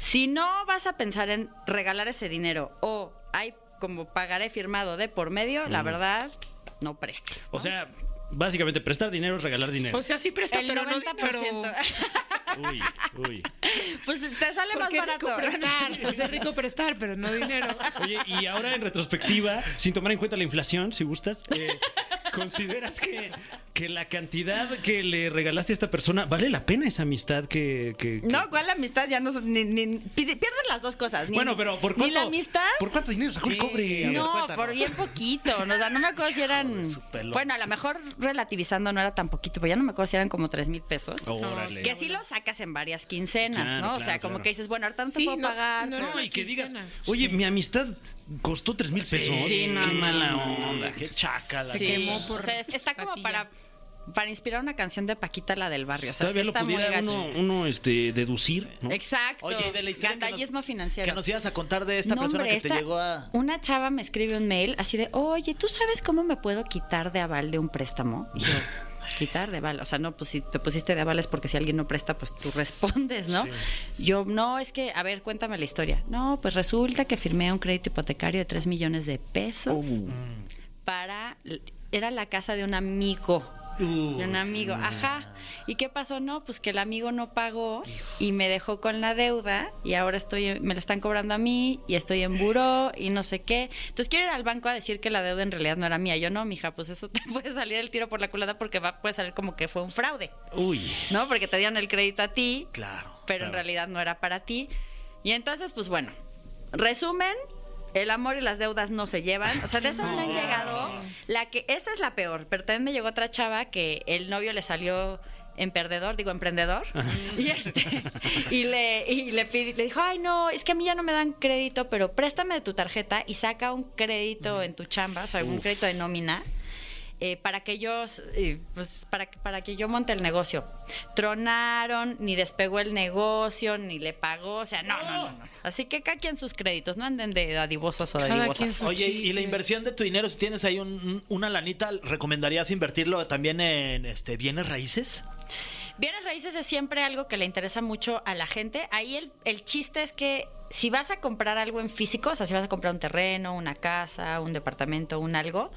F: si no vas a pensar en regalar ese dinero o hay como pagaré firmado de por medio, la verdad, no prestes.
C: O sea, básicamente prestar dinero es regalar dinero.
D: o sea, sí presta,
F: El
D: pero
F: 90%.
D: no dinero.
C: Uy, uy.
F: [laughs] pues te sale más
D: Porque es rico
F: barato. [laughs]
D: prestar. O sea, es rico prestar, pero no dinero.
C: Oye, y ahora en retrospectiva, sin tomar en cuenta la inflación, si gustas, eh, ¿consideras que, que la cantidad que le regalaste a esta persona vale la pena esa amistad que... que- que-
F: No, ¿cuál amistad? Ya no son- ni, ni- pide- pierdes las dos cosas. ni-
C: Bueno, pero ¿por
F: ni
C: cuánto?
F: la amistad.
C: ¿Por cuánto dinero sacó el
E: Sí,
C: cobre? A ver,
F: no,
E: cuéntanos.
F: por bien poquito. O sea, no me acuerdo si eran.
E: su pelota.
F: Bueno, a lo mejor relativizando no era tan poquito, pero ya no me acuerdo si eran como tres mil pesos.
C: Órale.
F: Que sí lo sacas en varias quincenas,
C: Claro,
F: ¿no? o sea,
C: claro,
F: como
C: claro.
F: que dices, bueno, ahorita no te
D: Sí,
F: puedo
D: no,
F: pagar.
D: no,
F: pero-
C: No, y que digas,
D: Quincena.
C: oye, mi amistad costó tres mil pesos.
F: Sí, no,
C: Qué
F: no,
C: mala
F: no,
C: onda.
E: Qué chaca la
F: Sí.
E: que-
D: quemó por
F: O sea, es- está como
D: patilla.
F: para, para inspirar una canción de Paquita, la del barrio. O sea,
C: Todavía
F: sí
C: lo
F: está muy
C: pudiera
F: gacho.
C: uno, uno, este, deducir, ¿no?
F: Exacto.
E: Oye, y de la historia que nos-
F: Gandallismo financiero.
E: Que nos ibas a contar de esta
F: No,
E: persona
F: hombre,
E: que te
F: esta-
E: llegó a.
F: Una chava me escribe un mail así de, oye, ¿tú sabes cómo me puedo quitar de aval de un préstamo?
E: [laughs]
F: Y yo, quitar de aval. O sea, no, pues si te pusiste de aval es porque si alguien no presta, pues tú respondes, ¿no? Yo, no, es que, a ver, cuéntame la historia. No, pues resulta que firmé un crédito hipotecario de 3 millones de pesos
E: Uh.
F: para... Era la casa de un amigo.
E: uh,
F: De un amigo, ajá. ¿Y qué pasó? No, pues que el amigo no pagó y me dejó con la deuda y ahora estoy, me la están cobrando a mí y estoy en buró y no sé qué. Entonces quiero ir al banco a decir que la deuda en realidad no era mía. Yo no, mija, pues eso te [laughs] puede salir el tiro por la culata porque va, puede salir como que fue un fraude,
C: Uy.
F: ¿no? Porque te dieron el crédito a ti,
E: Claro.
F: pero en realidad no era para ti. Y entonces, pues bueno, resumen. El amor y las deudas no se llevan. O sea, de esas me han llegado. La que, esa es la peor. Pero también me llegó otra chava que el novio le salió en perdedor, digo emprendedor. Y, este, y le, y le, pidi- le dijo, ay no, es que a mí ya no me dan crédito, pero préstame de tu tarjeta y saca un crédito en tu chamba, o sea, algún crédito de nómina eh, para que yo eh, pues, para, que- para que yo monte el negocio. Tronaron, ni despegó el negocio, ni le pagó, o sea, no, no, no. no. Así que cada quien sus créditos, no anden de dadivosos o
D: Cada quien
F: dadivosas.
D: su-
E: Oye, y la
D: Chismes.
E: inversión de tu dinero, si tienes ahí un- una lanita, ¿recomendarías invertirlo también en este bienes raíces?
F: Bienes raíces es siempre algo que le interesa mucho a la gente. Ahí el, el chiste es que si vas a comprar algo en físico, o sea, si vas a comprar un terreno, una casa, un departamento, un algo,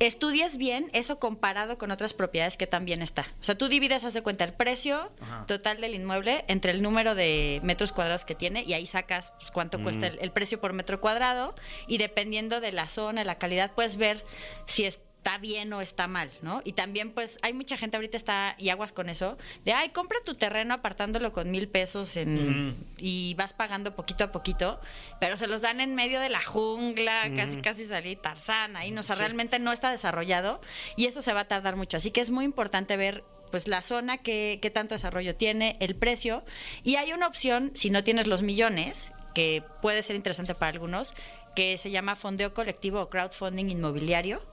F: estudies bien eso comparado con otras propiedades que también está. O sea, tú divides, haz de cuenta, el precio
E: Ajá.
F: total del inmueble entre el número de metros cuadrados que tiene y ahí sacas pues, cuánto cuesta el, el precio por metro cuadrado y dependiendo de la zona, la calidad, puedes ver si está bien o está mal, ¿no? Y también pues hay mucha gente ahorita está y aguas con eso de ay compra tu terreno apartándolo con mil pesos en
E: Ujú.
F: y vas pagando poquito a poquito pero se los dan en medio de la jungla casi casi salí Tarzán ahí no o sea realmente no está desarrollado y eso se va a tardar mucho así que es muy importante ver pues la zona que, qué tanto desarrollo tiene, el precio. Y hay una opción, si no tienes los millones, que puede ser interesante para algunos, que se llama fondeo colectivo o crowdfunding inmobiliario.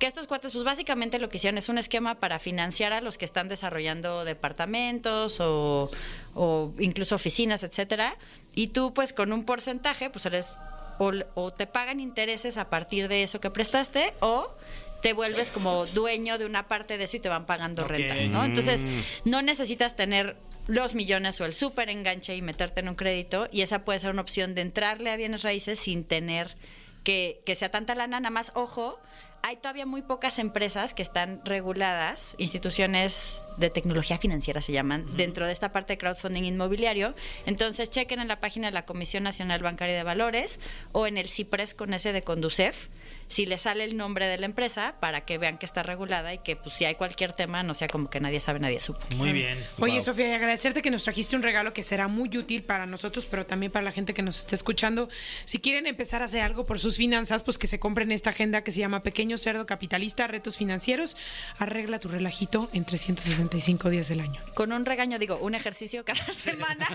F: Que estos cuates, pues básicamente lo que hicieron es un esquema para financiar a los que están desarrollando departamentos o, o incluso oficinas, etcétera. Y tú, pues con un porcentaje, pues eres. O, o te pagan intereses a partir de eso que prestaste, o te vuelves como dueño de una parte de eso y te van pagando
E: Ok.
F: rentas, ¿no? Entonces, no necesitas tener los millones o el súper enganche y meterte en un crédito y esa puede ser una opción de entrarle a bienes raíces sin tener que, que sea tanta lana, nada más ojo, hay todavía muy pocas empresas que están reguladas, instituciones de tecnología financiera se llaman, dentro de esta parte de crowdfunding inmobiliario, entonces chequen en la página de la Comisión Nacional Bancaria de Valores o en el CIPRES con ese de Conducef, si les sale el nombre de la empresa para que vean que está regulada y que pues si hay cualquier tema no sea como que nadie sabe, nadie supo.
E: Muy bien.
D: Oye,
E: Wow.
D: Sofía, y agradecerte que nos trajiste un regalo que será muy útil para nosotros, pero también para la gente que nos está escuchando. Si quieren empezar a hacer algo por sus finanzas, pues que se compren esta agenda que se llama Pequeño Cerdo Capitalista, Retos Financieros. Arregla tu relajito en 365 días del año.
F: Con un regaño digo, un ejercicio cada semana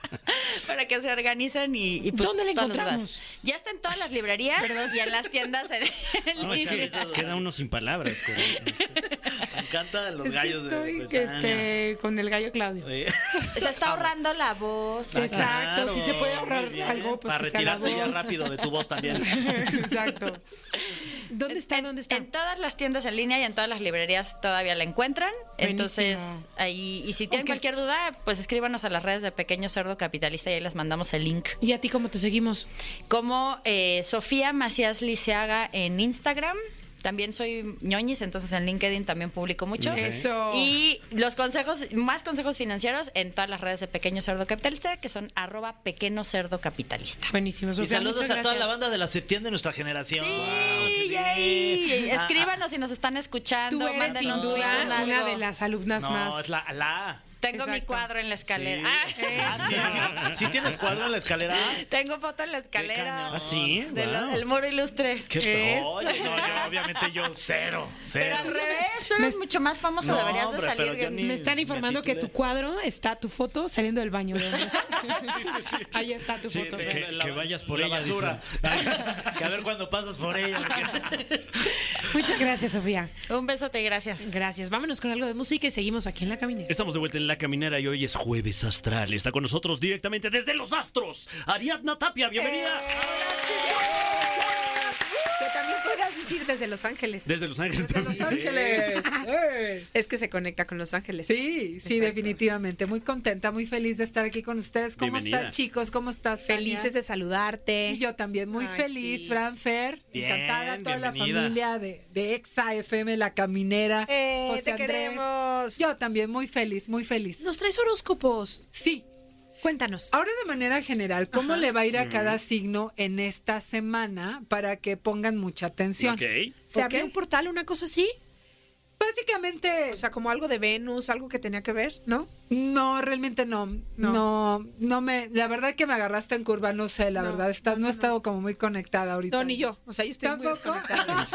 F: [laughs] para que se organizan y, y, pues,
D: ¿Dónde la
F: todas las vas.
D: encontramos?
F: Ya está en todas las librerías y en las tiendas en en
C: No, es que
F: línea.
C: queda uno sin palabras. cabrón.
E: Me encantan los
D: Es que
E: gallos de-
D: estoy
E: de Tania.
D: este, con el gallo Claudio. [laughs]
E: Sí. Ah,
F: Se está ahorrando la voz.
D: Exacto, si se puede ahorrar
E: muy bien.
D: algo, pues
E: Para
D: que sea la
E: retirarte ya
D: voz.
E: rápido de tu voz
D: [laughs]
E: también.
D: Exacto. ¿Dónde está?
F: En-
D: ¿Dónde está?
F: En todas las tiendas en línea y en todas las librerías todavía la encuentran. Entonces,
D: Buenísimo.
F: ahí, y si tienen
D: Aunque es-
F: cualquier duda, pues escríbanos a las redes de Pequeño Cerdo Capitalista y ahí les mandamos el link.
D: ¿Y a ti cómo te seguimos?
F: Como eh, Sofía Macías Liceaga en Instagram. También soy ñoñis, entonces en LinkedIn también publico mucho.
C: Ok.
D: Eso.
F: Y los consejos, más consejos financieros en todas las redes de Pequeño Cerdo Capitalista, que son arroba Pequeño Cerdo Capitalista.
D: Buenísimo,
E: Y
D: Sofía,
E: saludos
D: muchas
E: a toda la
D: gracias.
E: banda de la septiembre de nuestra generación.
F: Sí,
E: Wow, qué
F: yay.
E: bien. Ah,
F: Escríbanos si nos están escuchando.
D: Tú eres
F: mándenos
D: sin
F: un tweet, un
D: duda una
F: algo.
D: de las
E: ah,
D: alumnas
E: No,
D: más.
E: es la... la.
F: Tengo
D: Exacto.
F: mi
D: Eh,
F: cuadro en la escalera. [laughs]
E: Sí.
F: Ah,
E: Ah,
D: [laughs]
E: sí, sí. ¿Sí tienes cuadro en la escalera?
F: tengo foto en la escalera.
E: cañón.
C: ¿Ah, sí?
F: de lo-
C: Wow.
F: del muro ilustre.
E: ¿Qué
D: Es-
E: Oye, no, yo obviamente yo cero,
F: Pero
E: cero.
F: al revés, tú eres mucho más famoso,
E: No,
F: deberías
E: hombre,
F: de
E: pero
F: salir.
E: yo
F: en-
E: ni-
D: Me están
E: Me
D: informando que
E: titulé.
D: tu cuadro está tu foto saliendo del baño.
E: [laughs]
D: ¿verdad? Ahí está tu
E: Sí,
D: foto.
E: de-
C: Que-
E: la-
C: que vayas por
E: la
C: ella, dice.
E: basura. [laughs] que a ver cuándo pasas por ella. porque-
D: Muchas gracias, Sofía.
F: Un besote y gracias.
D: Gracias. Vámonos con algo de música y seguimos aquí en la caminera.
B: Estamos de vuelta en La Caminera y hoy es Jueves Astral. Está con nosotros directamente desde Los Astros, Ariadna Tapia. Bienvenida.
H: Eh.
D: Que también podrás decir desde Los Ángeles.
C: Desde Los Ángeles también.
H: Ángeles. ¡Ey!
D: Es que se conecta con Los Ángeles.
H: Sí, sí,
D: Exacto.
H: definitivamente. Muy contenta, muy feliz de estar aquí con ustedes. ¿Cómo
C: Bienvenida.
H: están, chicos? ¿Cómo estás? Tania?
D: Felices de saludarte.
H: Y yo también muy
D: Ay,
H: feliz,
D: sí.
H: Fran Fer.
E: Bien,
H: encantada toda
E: bienvenida.
H: la familia de, de Exa FM, La Caminera.
D: Eh,
H: José
D: te
H: Andrés.
D: queremos.
H: Yo también muy feliz, muy feliz.
D: Nos traes horóscopos.
H: Sí.
D: Cuéntanos.
H: Ahora de manera general, ¿cómo
D: Ajá.
H: le va a ir a cada signo en esta semana para que pongan mucha atención?
C: Ok.
H: ¿Se
D: ¿Por qué
H: abrió
D: un portal, una cosa así?
H: Básicamente,
D: O sea, como algo de Venus, algo que tenía que ver, ¿no?
H: no, realmente no, no, no, me, la verdad que me agarraste en curva, no sé, la
D: No,
H: verdad, está, no, he estado como muy conectada ahorita.
D: No, ni yo. O sea, yo estoy muy
H: Tampoco.
D: desconectada.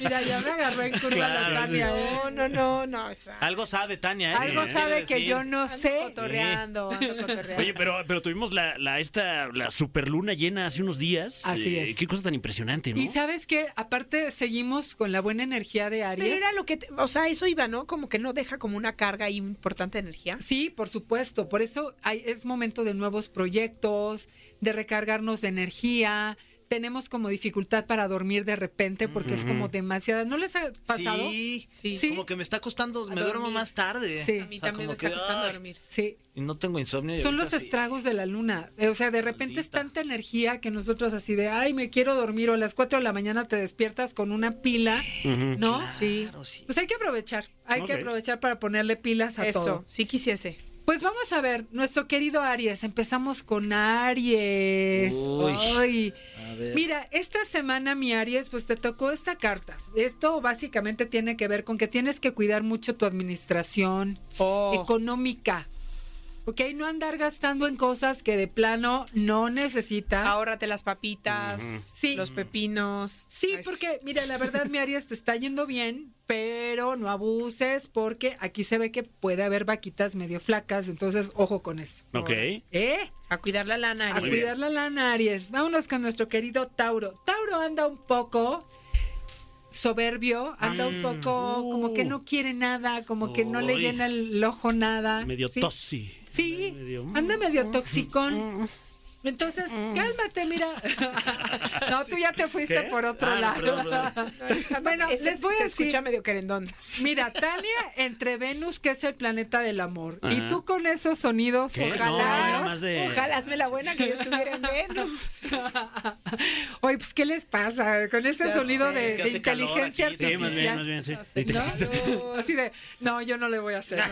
H: [laughs] Mira, ya me agarró en curva
E: Claro,
H: la Tania. ¿eh?
D: No, no, no, no. o sea,
E: Algo sabe Tania. ¿eh?
H: Algo
E: Sí,
H: sabe
E: debe
H: que
E: decir.
H: yo no
D: ando
H: sé.
D: cotorreando, ando cotorreando.
C: Oye, pero, pero tuvimos la, la, esta, la superluna llena hace unos días.
H: Así es.
C: Qué cosa tan impresionante, ¿no?
H: Y sabes que aparte seguimos con la buena energía de Aries.
D: Pero era lo que, te- o sea, eso iba, ¿no? Como que no deja como una carga ahí importante de energía.
H: Sí, por supuesto. Por eso hay- es momento de nuevos proyectos, de recargarnos de energía. Tenemos como dificultad para dormir de repente porque es como demasiada. ¿No les ha pasado?
E: Sí,
D: Sí.
H: Sí.
E: Como que me está costando, me
H: dormir.
E: duermo más tarde.
H: Sí.
D: A mí
E: O sea,
D: también
E: como
D: me está
E: que,
D: costando
E: ay,
D: dormir.
H: Sí.
E: y No tengo insomnio. y
H: Son los
E: ahorita sí.
H: estragos de la luna. Eh, O sea, de repente es
E: Maldita.
H: tanta energía que nosotros así de, ay, me quiero dormir o a las 4 de la mañana te despiertas con una pila,
C: Ujú.
H: ¿no?
E: Sí. Claro,
H: [laughs]
E: sí.
H: Pues hay que aprovechar, hay que
C: Ok.
H: aprovechar para ponerle pilas a
D: Eso,
H: todo.
D: sí quisiese.
H: Pues vamos a ver, nuestro querido Aries, empezamos con Aries.
E: Uy.
H: Ay.
E: A ver.
H: Mira, esta semana mi Aries, pues te tocó esta carta. Esto básicamente tiene que ver con que tienes que cuidar mucho tu administración económica. ¿Ok? No andar gastando en cosas que de plano no necesitas.
D: Ahórrate las papitas,
H: Ah. Sí.
D: los pepinos.
H: Sí,
D: Ay,
H: porque mira, la verdad mi Aries te está yendo bien, pero no abuses porque aquí se ve que puede haber vaquitas medio flacas, entonces ojo con eso.
C: Ok.
H: ¿Eh?
D: A cuidar la lana.
H: A
D: Ariel.
H: cuidar la lana, Aries. Vámonos con nuestro querido Tauro. Tauro anda un poco soberbio, anda un poco como que no quiere nada, como que no le
E: Uy.
H: llena el ojo nada.
C: Medio
H: Sí.
C: tosi.
H: Sí,
C: Medio- Mm.
H: anda medio toxicón. Entonces, cálmate,
C: [laughs]
H: mira. No, tú ya te fuiste
C: ¿Qué?
H: por otro
E: Ah, no,
H: lado.
E: perdón, perdón.
H: [laughs] Bueno,
D: Ese
H: les voy a
D: se
H: decir,
D: escucha medio querendón.
H: mira, Tania entre Venus, que es el planeta del amor,
C: Ajá.
H: y tú con esos sonidos,
C: ¿Qué? No,
H: ojalá.
C: nada más de-
D: Ojalá, hazme la buena que yo estuviera en Venus.
H: [laughs] Oye, pues, ¿qué les pasa con ese
D: Ya
H: sonido
E: sé,
H: de,
E: es que
H: de
E: hace calor
H: inteligencia
E: aquí,
C: Sí,
E: también.
C: más bien,
H: artificial?
C: más bien, sí.
H: ¿No? Así de, no, yo no le voy a hacer.
E: [laughs]
H: ¿no?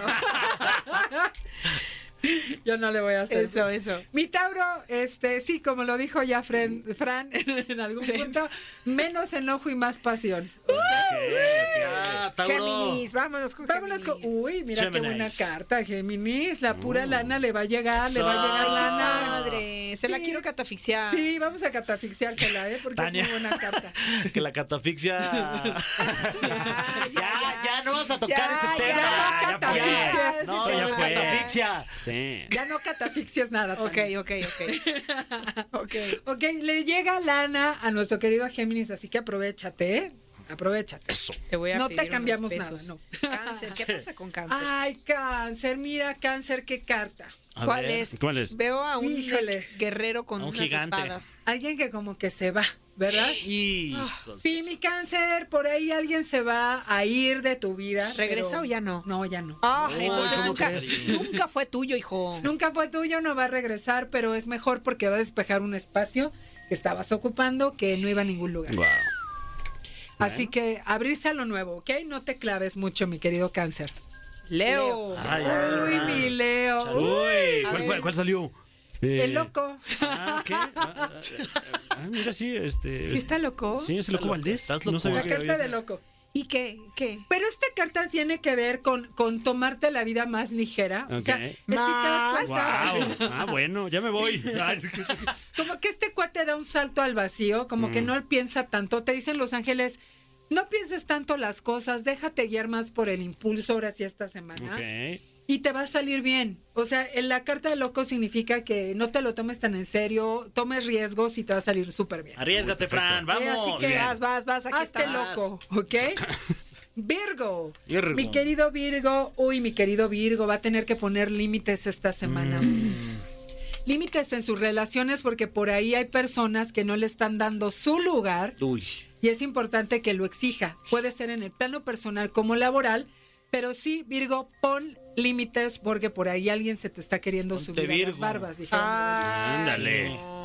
H: [laughs] yo no le voy a hacer.
D: Eso, eso.
H: Mi Tauro, este, sí, como lo dijo ya Fren- Fran en, en algún punto, menos enojo y más pasión.
E: Ah, Tauro.
D: Géminis, vámonos con
H: Vámonos con.
D: Géminis.
H: Uy, mira qué buena
E: Géminis.
H: carta, Géminis. La pura lana le va a llegar, le va a llegar
E: Eso.
H: lana.
D: Madre.
G: se la
H: Sí.
G: quiero catafixiar.
H: Sí, vamos a catafixiársela, ¿eh? Porque
E: Tania.
H: es muy buena
B: [laughs]
H: carta.
E: Que la
H: [laughs]
E: catafixia. ya, ya, no vas a tocar
H: Ya,
E: este tema.
H: ya, no, catafixia,
E: fue.
H: sí,
E: No,
H: sí,
E: ya
H: sí,
E: fue.
H: ya.
E: Catafixia.
C: Sí.
H: Ya no catafixias nada.
G: Ok,
H: Tania.
G: ok,
H: [laughs]
G: ok. ok.
H: Ok, le llega lana a nuestro querido Géminis, así que aprovechate, ¿eh? Aprovechate.
G: Te voy a
H: No
G: pedir
H: te cambiamos
G: unos
H: nada,
G: pesos.
H: no.
G: Cáncer, ¿qué pasa con cáncer?
H: Ay, cáncer, mira, cáncer, qué carta.
E: Ah. A
G: ¿Cuál
E: ver.
G: es?
C: ¿Cuál es?
G: Veo a un
H: Híjole.
G: guerrero con
E: A un
G: unas
E: gigante.
G: espadas.
H: Alguien que como que se va,
E: [gasps]
H: ¿verdad?
E: Y.
H: Sí, mi cáncer, por ahí alguien se va a ir de tu vida.
G: ¿Regresa
H: pero-
G: o ya no?
H: No, ya no.
G: Ah,
E: Uy,
G: entonces
E: ¿cómo
G: nunca,
E: crees?
G: nunca fue tuyo, hijo.
H: Nunca fue tuyo, no va a regresar, pero es mejor porque va a despejar un espacio que estabas ocupando que no iba a ningún lugar.
C: Wow.
H: Así que abrirse a lo nuevo, ¿ok? No te claves mucho, mi querido cáncer.
G: Leo.
E: Ay,
H: Uy,
E: ay,
H: mi Leo.
C: Uy,
H: A
C: ¿cuál, fue-
H: ver.
C: cuál salió?
H: El
C: Eh,
H: loco.
C: Ah, ¿qué? Ah, ah, ah, ah, mira, sí, este.
G: ¿Sí está loco?
C: Sí, es el loco
E: loco,
C: Valdés.
E: estás
C: No
E: loco.
C: sabía
H: La
C: que
H: carta
C: había-
H: de loco.
G: ¿Y qué? ¿Qué?
H: Pero esta carta tiene que ver con, con tomarte la vida más ligera. O sea,
C: Ok.
H: es si te das cuenta,
C: Guau. Ah, bueno, ya me
H: [laughs]
C: voy. Ay,
H: como que este cuate da un salto al vacío, como que
C: Mm.
H: no piensa tanto. Te dicen los ángeles, no pienses tanto las cosas, déjate guiar más por el impulso ahora sí esta semana.
C: Ok.
H: y te va a salir bien. O sea, en la carta de loco significa que no te lo tomes tan en serio, tomes riesgos y te va a salir súper bien.
E: Arriesgate, Fran. Vamos.
H: así que-
G: Eh, Vas, vas, vas, aquí
H: Hazte
G: está.
H: loco,
E: [laughs]
H: ¿ok? Virgo.
E: Virgo.
H: Mi querido Virgo, uy, mi querido Virgo va a tener que poner límites esta semana.
E: Mm.
H: Límites en sus relaciones porque por ahí hay personas que no le están dando su lugar
E: Uy.
H: y es importante que lo exija. Puede ser en el plano personal como laboral, pero sí, Virgo, pon límites porque por ahí alguien se te está queriendo
E: Ponte
H: subir a las
E: Virgo.
H: barbas. dijeron.
G: Ah. Ay,
C: Ándale.
G: no.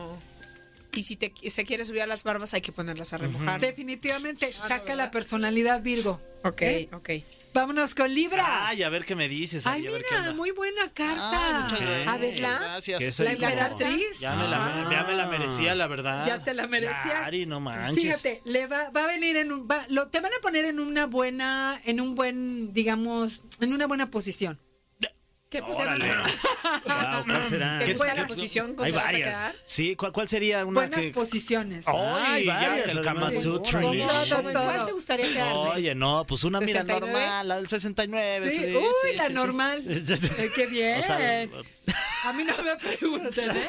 G: Y si te, se quiere subir a las barbas, hay que ponerlas a remojar.
H: Definitivamente, saca la personalidad, Virgo.
G: Ah, Ok,
H: ¿Eh?
G: ok.
H: Vámonos con Libra.
E: Ay, a ver qué me dices.
H: Ay,
E: ay, a ver qué
H: mira,
E: onda.
H: muy buena carta.
E: muchas gracias.
H: a verla.
E: Gracias.
C: Que es
H: La
C: ahí como-
H: emperatriz.
E: Ya me, la,
C: Ah.
E: ya me la merecía, la verdad.
H: Ya te la merecías.
E: Ari, no manches.
H: Fíjate, le va, va a venir en un, va- lo, te van a poner en una buena, en un buen, digamos, en una buena posición. ¿Qué
C: Órale. Guau,
H: [laughs]
C: ¿cuál será?
H: ¿Qué
G: ¿Te gusta
H: tal?
G: la posición con
C: Hay
G: que vas a
C: varias.
G: quedar?
E: Sí, ¿cuál, cuál sería una
H: Buenas
E: que.
H: posiciones.
E: Ay,
C: Ay,
E: ya,
C: varias, además.
E: el
C: ¿eh?
E: Kama Sutra.
C: Órale.
E: ¿no?
H: Todo,
G: ¿Cómo? ¿Cuál
H: todo.
G: te gustaría quedarte?
E: Oye, no, pues una mira
G: 69.
E: normal, la del 69.
H: Sí,
E: Sí,
H: uy,
E: sí,
H: la
E: sí, sí. [laughs]
H: normal. Eh, qué bien.
E: O sea,
H: a mí no me pregunten, ¿eh?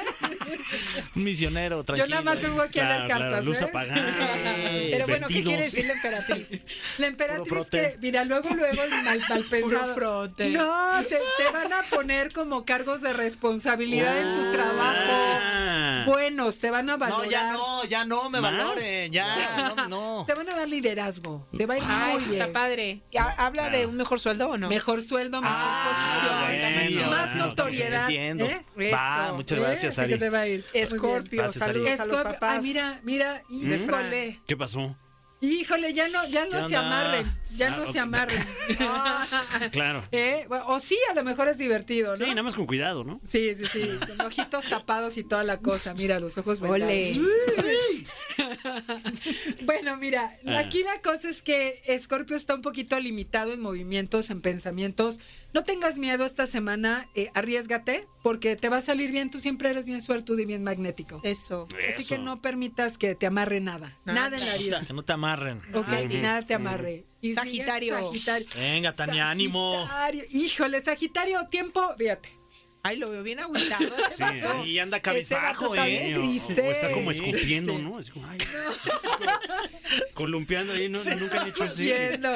E: un misionero,
H: Yo
E: tranquilo.
H: nada más vengo aquí a
C: Claro,
H: dar
C: claro,
H: cartas.
C: luz
H: ¿eh?
C: apagada.
G: Pero bueno, ¿qué
C: Vestidos.
G: quiere decir la emperatriz?
H: La
E: Puro
H: emperatriz
E: frote.
H: que, mira, luego, luego el mal, mal pensado.
G: frote.
H: No, te, te van a poner como cargos de responsabilidad en tu trabajo.
C: Ah.
H: Buenos, te van a
E: No,
H: valorar.
E: ya no, ya no me
C: ¿Más?
E: valoren, ya, no, no.
H: [laughs] Te van a dar liderazgo. Te va a ir
G: Ah,
H: muy
G: eso
H: bien.
G: está padre. ¿Y ha- ¿Habla de un mejor sueldo o no?
H: Mejor sueldo, mejor
G: Ah,
H: posición,
G: bueno,
H: más
G: bueno,
H: notoriedad.
E: entiendo.
H: ¿eh?
E: Va,
G: Eso.
E: muchas
H: ¿Eh?
E: gracias,
H: Así que
E: Ari.
H: te va a ir. Muy bien.
G: Escorpio,
E: Gracias, Ari.
G: saludos a los
H: Escorpio.
G: papás.
H: Ay, mira, mira, híjole.
C: ¿Qué pasó?
H: Híjole, ya no, ya no
E: ¿Qué
H: se
E: onda?
H: amarren, ya
C: Ah,
H: no
C: ok.
H: se amarren.
C: [laughs] Claro.
H: [laughs] Eh, bueno, O sí, a lo mejor es divertido,
C: Sí,
H: ¿no?
C: nada más con cuidado, ¿no?
H: Sí, sí, sí, con ojitos tapados y toda la cosa, mira, los ojos
G: Ole.
H: vendados. [laughs] bueno, mira,
C: Ah.
H: aquí la cosa es que Scorpio está un poquito limitado en movimientos, en pensamientos. No tengas miedo esta semana, eh, arriesgate, porque te va a salir bien, tú siempre eres bien suertudo y bien magnético.
G: Eso.
H: Así
C: Eso.
H: que no permitas que te amarre nada, nada, en la vida.
E: Que no te amarren.
H: Ok,
C: Ujú.
H: nada te amarre. Y sigue
G: Sagitario.
H: Sagitario.
E: Venga, Tania, ánimo.
H: Sagitario. Híjole, Sagitario, tiempo, fíjate.
G: Ay, lo veo bien agüitado.
C: Sí, ¿eh? ahí
E: Y anda
G: Ese vato
E: cabizbajo,
G: está
E: eh.
G: bien
C: o-
G: triste.
C: O, está como
E: Sí.
C: escupiendo, ¿no? Es
H: [laughs]
C: como, ay, este, columpiando ahí, no, nunca han hecho así.
H: Viendo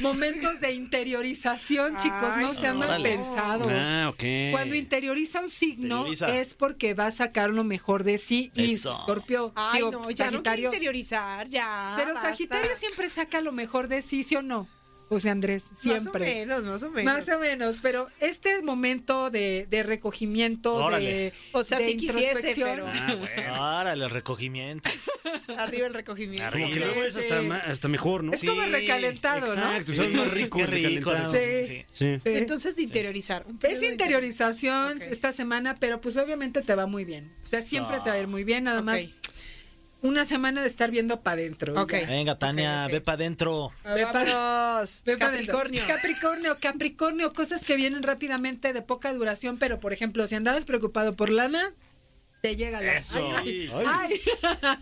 H: Momentos de interiorización, chicos, no sean mal
E: órale.
H: pensado.
C: Ah, ok.
H: Cuando interioriza un signo
E: Interioriza.
H: es porque va a sacar lo mejor de sí y
E: Eso.
H: Scorpio,
G: Ay,
H: digo,
G: no, ya no quiero
H: Sagitario.
G: interiorizar, ya.
H: pero
G: basta.
H: Sagitario siempre saca lo mejor de sí, ¿sí o no? O sea, Andrés,
G: Más o
H: siempre.
G: menos, más o menos.
H: Más o menos, pero este momento de, de recogimiento,
E: Órale.
H: de,
G: O sea,
H: de
G: sí quisiese,
H: introspección,
G: pero-
C: Ah,
H: [laughs]
C: bueno.
E: Árale, el recogimiento.
G: Arriba el recogimiento.
C: Como que luego es hasta, ma- hasta mejor, ¿no?
H: Es como
E: Sí,
H: recalentado,
C: Exacto, sabes más rico.
E: Qué
C: el
E: rico.
C: recalentado.
H: Sí.
C: Sí.
H: ¿no? Sí.
G: Entonces, de interiorizar. un
H: es
G: periodo de
H: interiorización
G: Ok.
H: esta semana, pero pues obviamente te va muy bien. O sea, siempre te va a ir muy bien, nada más
G: Ok.
H: una semana de estar viendo para adentro.
G: Ok.
H: ya.
E: Venga, Tania,
G: ok.
E: ve para adentro.
H: Ve pa-
G: Vámonos.
H: Ve pa' adentro.
G: Capricornio.
H: Capricornio, Capricornio, cosas que vienen rápidamente de poca duración, pero por ejemplo, si andabas preocupado por lana, te llega la.
C: Eso.
H: Ay, ay.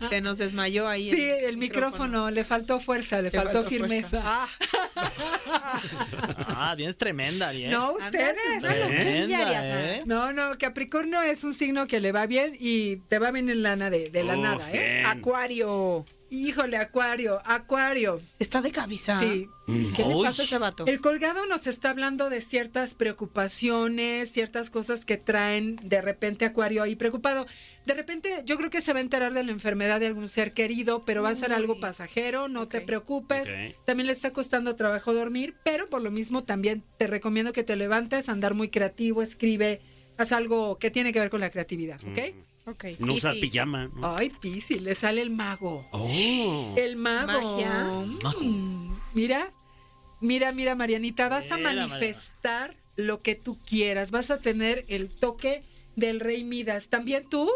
G: Se nos desmayó ahí.
H: Sí, el micrófono, le faltó fuerza, le
I: Le
H: faltó
I: faltó fuerza.
H: firmeza. Ah,
E: Ah, bien, es tremenda, bien.
H: no, ustedes.
G: Andas
H: no, no.
E: Tremenda,
G: Ariadna.
E: ¿eh?
H: No, no, Capricornio es un signo que le va bien y te va bien en lana de, de la
C: Uf,
H: nada, ¿eh?
C: bien.
G: Acuario.
H: Híjole, Acuario, Acuario.
G: Está de cabeza.
H: Sí.
G: ¿Y qué le
E: Uy.
G: pasa a ese vato?
H: El colgado nos está hablando de ciertas preocupaciones, ciertas cosas que traen de repente Acuario ahí preocupado. De repente yo creo que se va a enterar de la enfermedad de algún ser querido, pero va a ser algo pasajero, no te
G: Ok.
H: preocupes.
C: Ok.
H: También le está costando trabajo dormir, pero por lo mismo también te recomiendo que te levantes, andar muy creativo, escribe, haz algo que tiene que ver con la creatividad, ¿ok?
C: Mm,
G: Ok.
C: No usa
G: Piscis.
C: pijama. ¿no?
H: Ay, Pisi, le sale el mago.
C: Oh.
H: El mago.
G: Magia.
H: Mm, Mira, mira, mira, Marianita, vas a
E: Mira, Mariana.
H: manifestar lo que tú quieras. Vas a tener el toque del rey Midas. ¿También tú?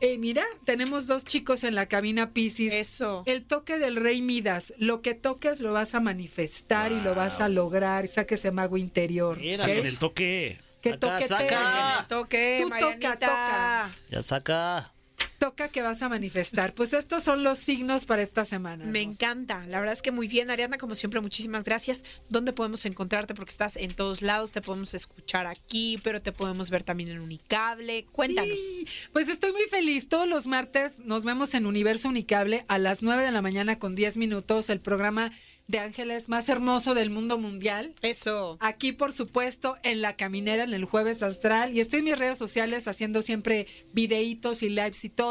H: Eh, mira, tenemos dos chicos en la cabina Pisces.
G: Eso.
H: El toque del rey Midas. Lo que toques lo vas a manifestar y lo vas a
C: Wow.
H: lograr. Saca ese mago interior.
E: Mira,
H: ¿ok?
C: Saquen el toque.
H: Que
E: Saca,
H: toque
E: saca.
G: Toque,
H: Tú toca,
G: Marianita.
H: toca.
E: Ya saca.
H: toca que vas a manifestar. Pues estos son los signos para esta semana.
G: Me
H: hermosa.
G: encanta. La verdad es que muy bien, Ariana. Como siempre, muchísimas gracias. ¿Dónde podemos encontrarte? Porque estás en todos lados. Te podemos escuchar aquí, pero te podemos ver también en Unicable. Cuéntanos.
H: Sí, Pues estoy muy feliz. Todos los martes nos vemos en Universo Unicable a las 9 de la mañana con 10 minutos, el programa de ángeles más hermoso del mundo mundial.
G: Eso.
H: Aquí, por supuesto, en La Caminera, en el Jueves Astral. Y estoy en mis redes sociales haciendo siempre videitos y lives y todo.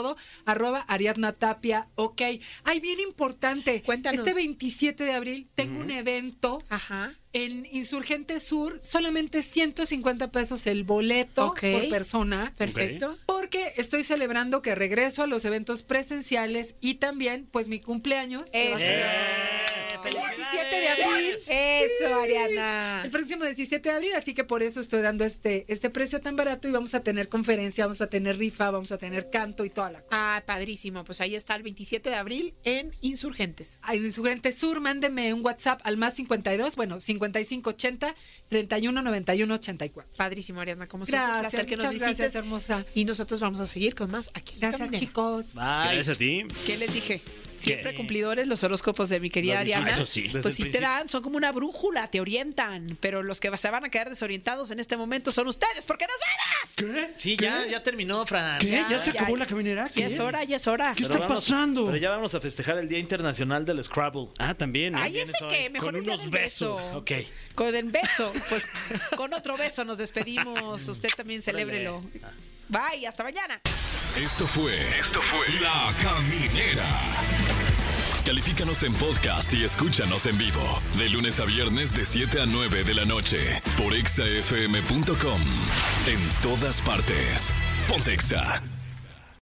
H: Arroba Ariadna Tapia, ok. Ay, bien importante.
G: Cuéntanos.
H: Este 27 de abril tengo un evento
G: Ajá.
H: en Insurgente Sur. Solamente 150 pesos el boleto
G: Ok.
H: por persona.
G: Perfecto.
H: Porque estoy celebrando que regreso a los eventos presenciales y también, pues, mi cumpleaños. que va a ser
C: Eh.
H: El 17 de abril.
G: Eso, Ariana.
H: El próximo 17 de abril, así que por eso estoy dando este, este precio tan barato y vamos a tener conferencia, vamos a tener rifa, vamos a tener canto y toda la cosa.
G: Ah, padrísimo. Pues ahí está el 27 de abril en Insurgentes.
H: A Insurgente Sur, mándeme un WhatsApp al más 52, bueno, 5580 319184.
G: Padrísimo, Ariana. Como siempre, un
H: Gracias,
G: placer que nos
H: muchas
G: visites.
H: gracias, hermosa.
G: Y nosotros vamos a seguir con más aquí. en La
H: Gracias,
G: Caminera.
H: chicos.
E: Ay,
C: Gracias a ti.
G: ¿Qué les dije? Siempre cumplidores los horóscopos de mi querida
E: Lo dije.
G: Ariana.
C: Ah, eso sí.
E: Desde
G: Pues
E: el
G: sí te
E: principio.
G: dan, son como una brújula, te orientan. Pero los que se van a quedar desorientados en este momento son ustedes, porque nos van
C: ¿Qué?
E: sí, ya, ya terminó, Fran.
C: ¿Qué? ¿Ya,
G: Ya,
C: se
G: ya.
C: acabó la caminera?
G: Ya es hora, ya es hora.
C: ¿Qué
E: Pero
C: está
E: vamos-
C: pasando?
E: Pero ya vamos a festejar el Día Internacional del Scrabble.
C: Ah, también. ¿eh?
G: Ay, ese
E: vienes hoy
G: que mejor
C: con
G: el día
C: unos
G: del beso.
C: besos.
E: Ok.
G: Con el beso, pues con otro beso nos despedimos. Usted también celébrelo. Bye, hasta mañana.
B: Esto fue. Esto fue. La Caminera. Califícanos en podcast y escúchanos en vivo. De lunes a viernes de 7 a 9 de la noche. Por exafm.com. En todas partes. Pontexa.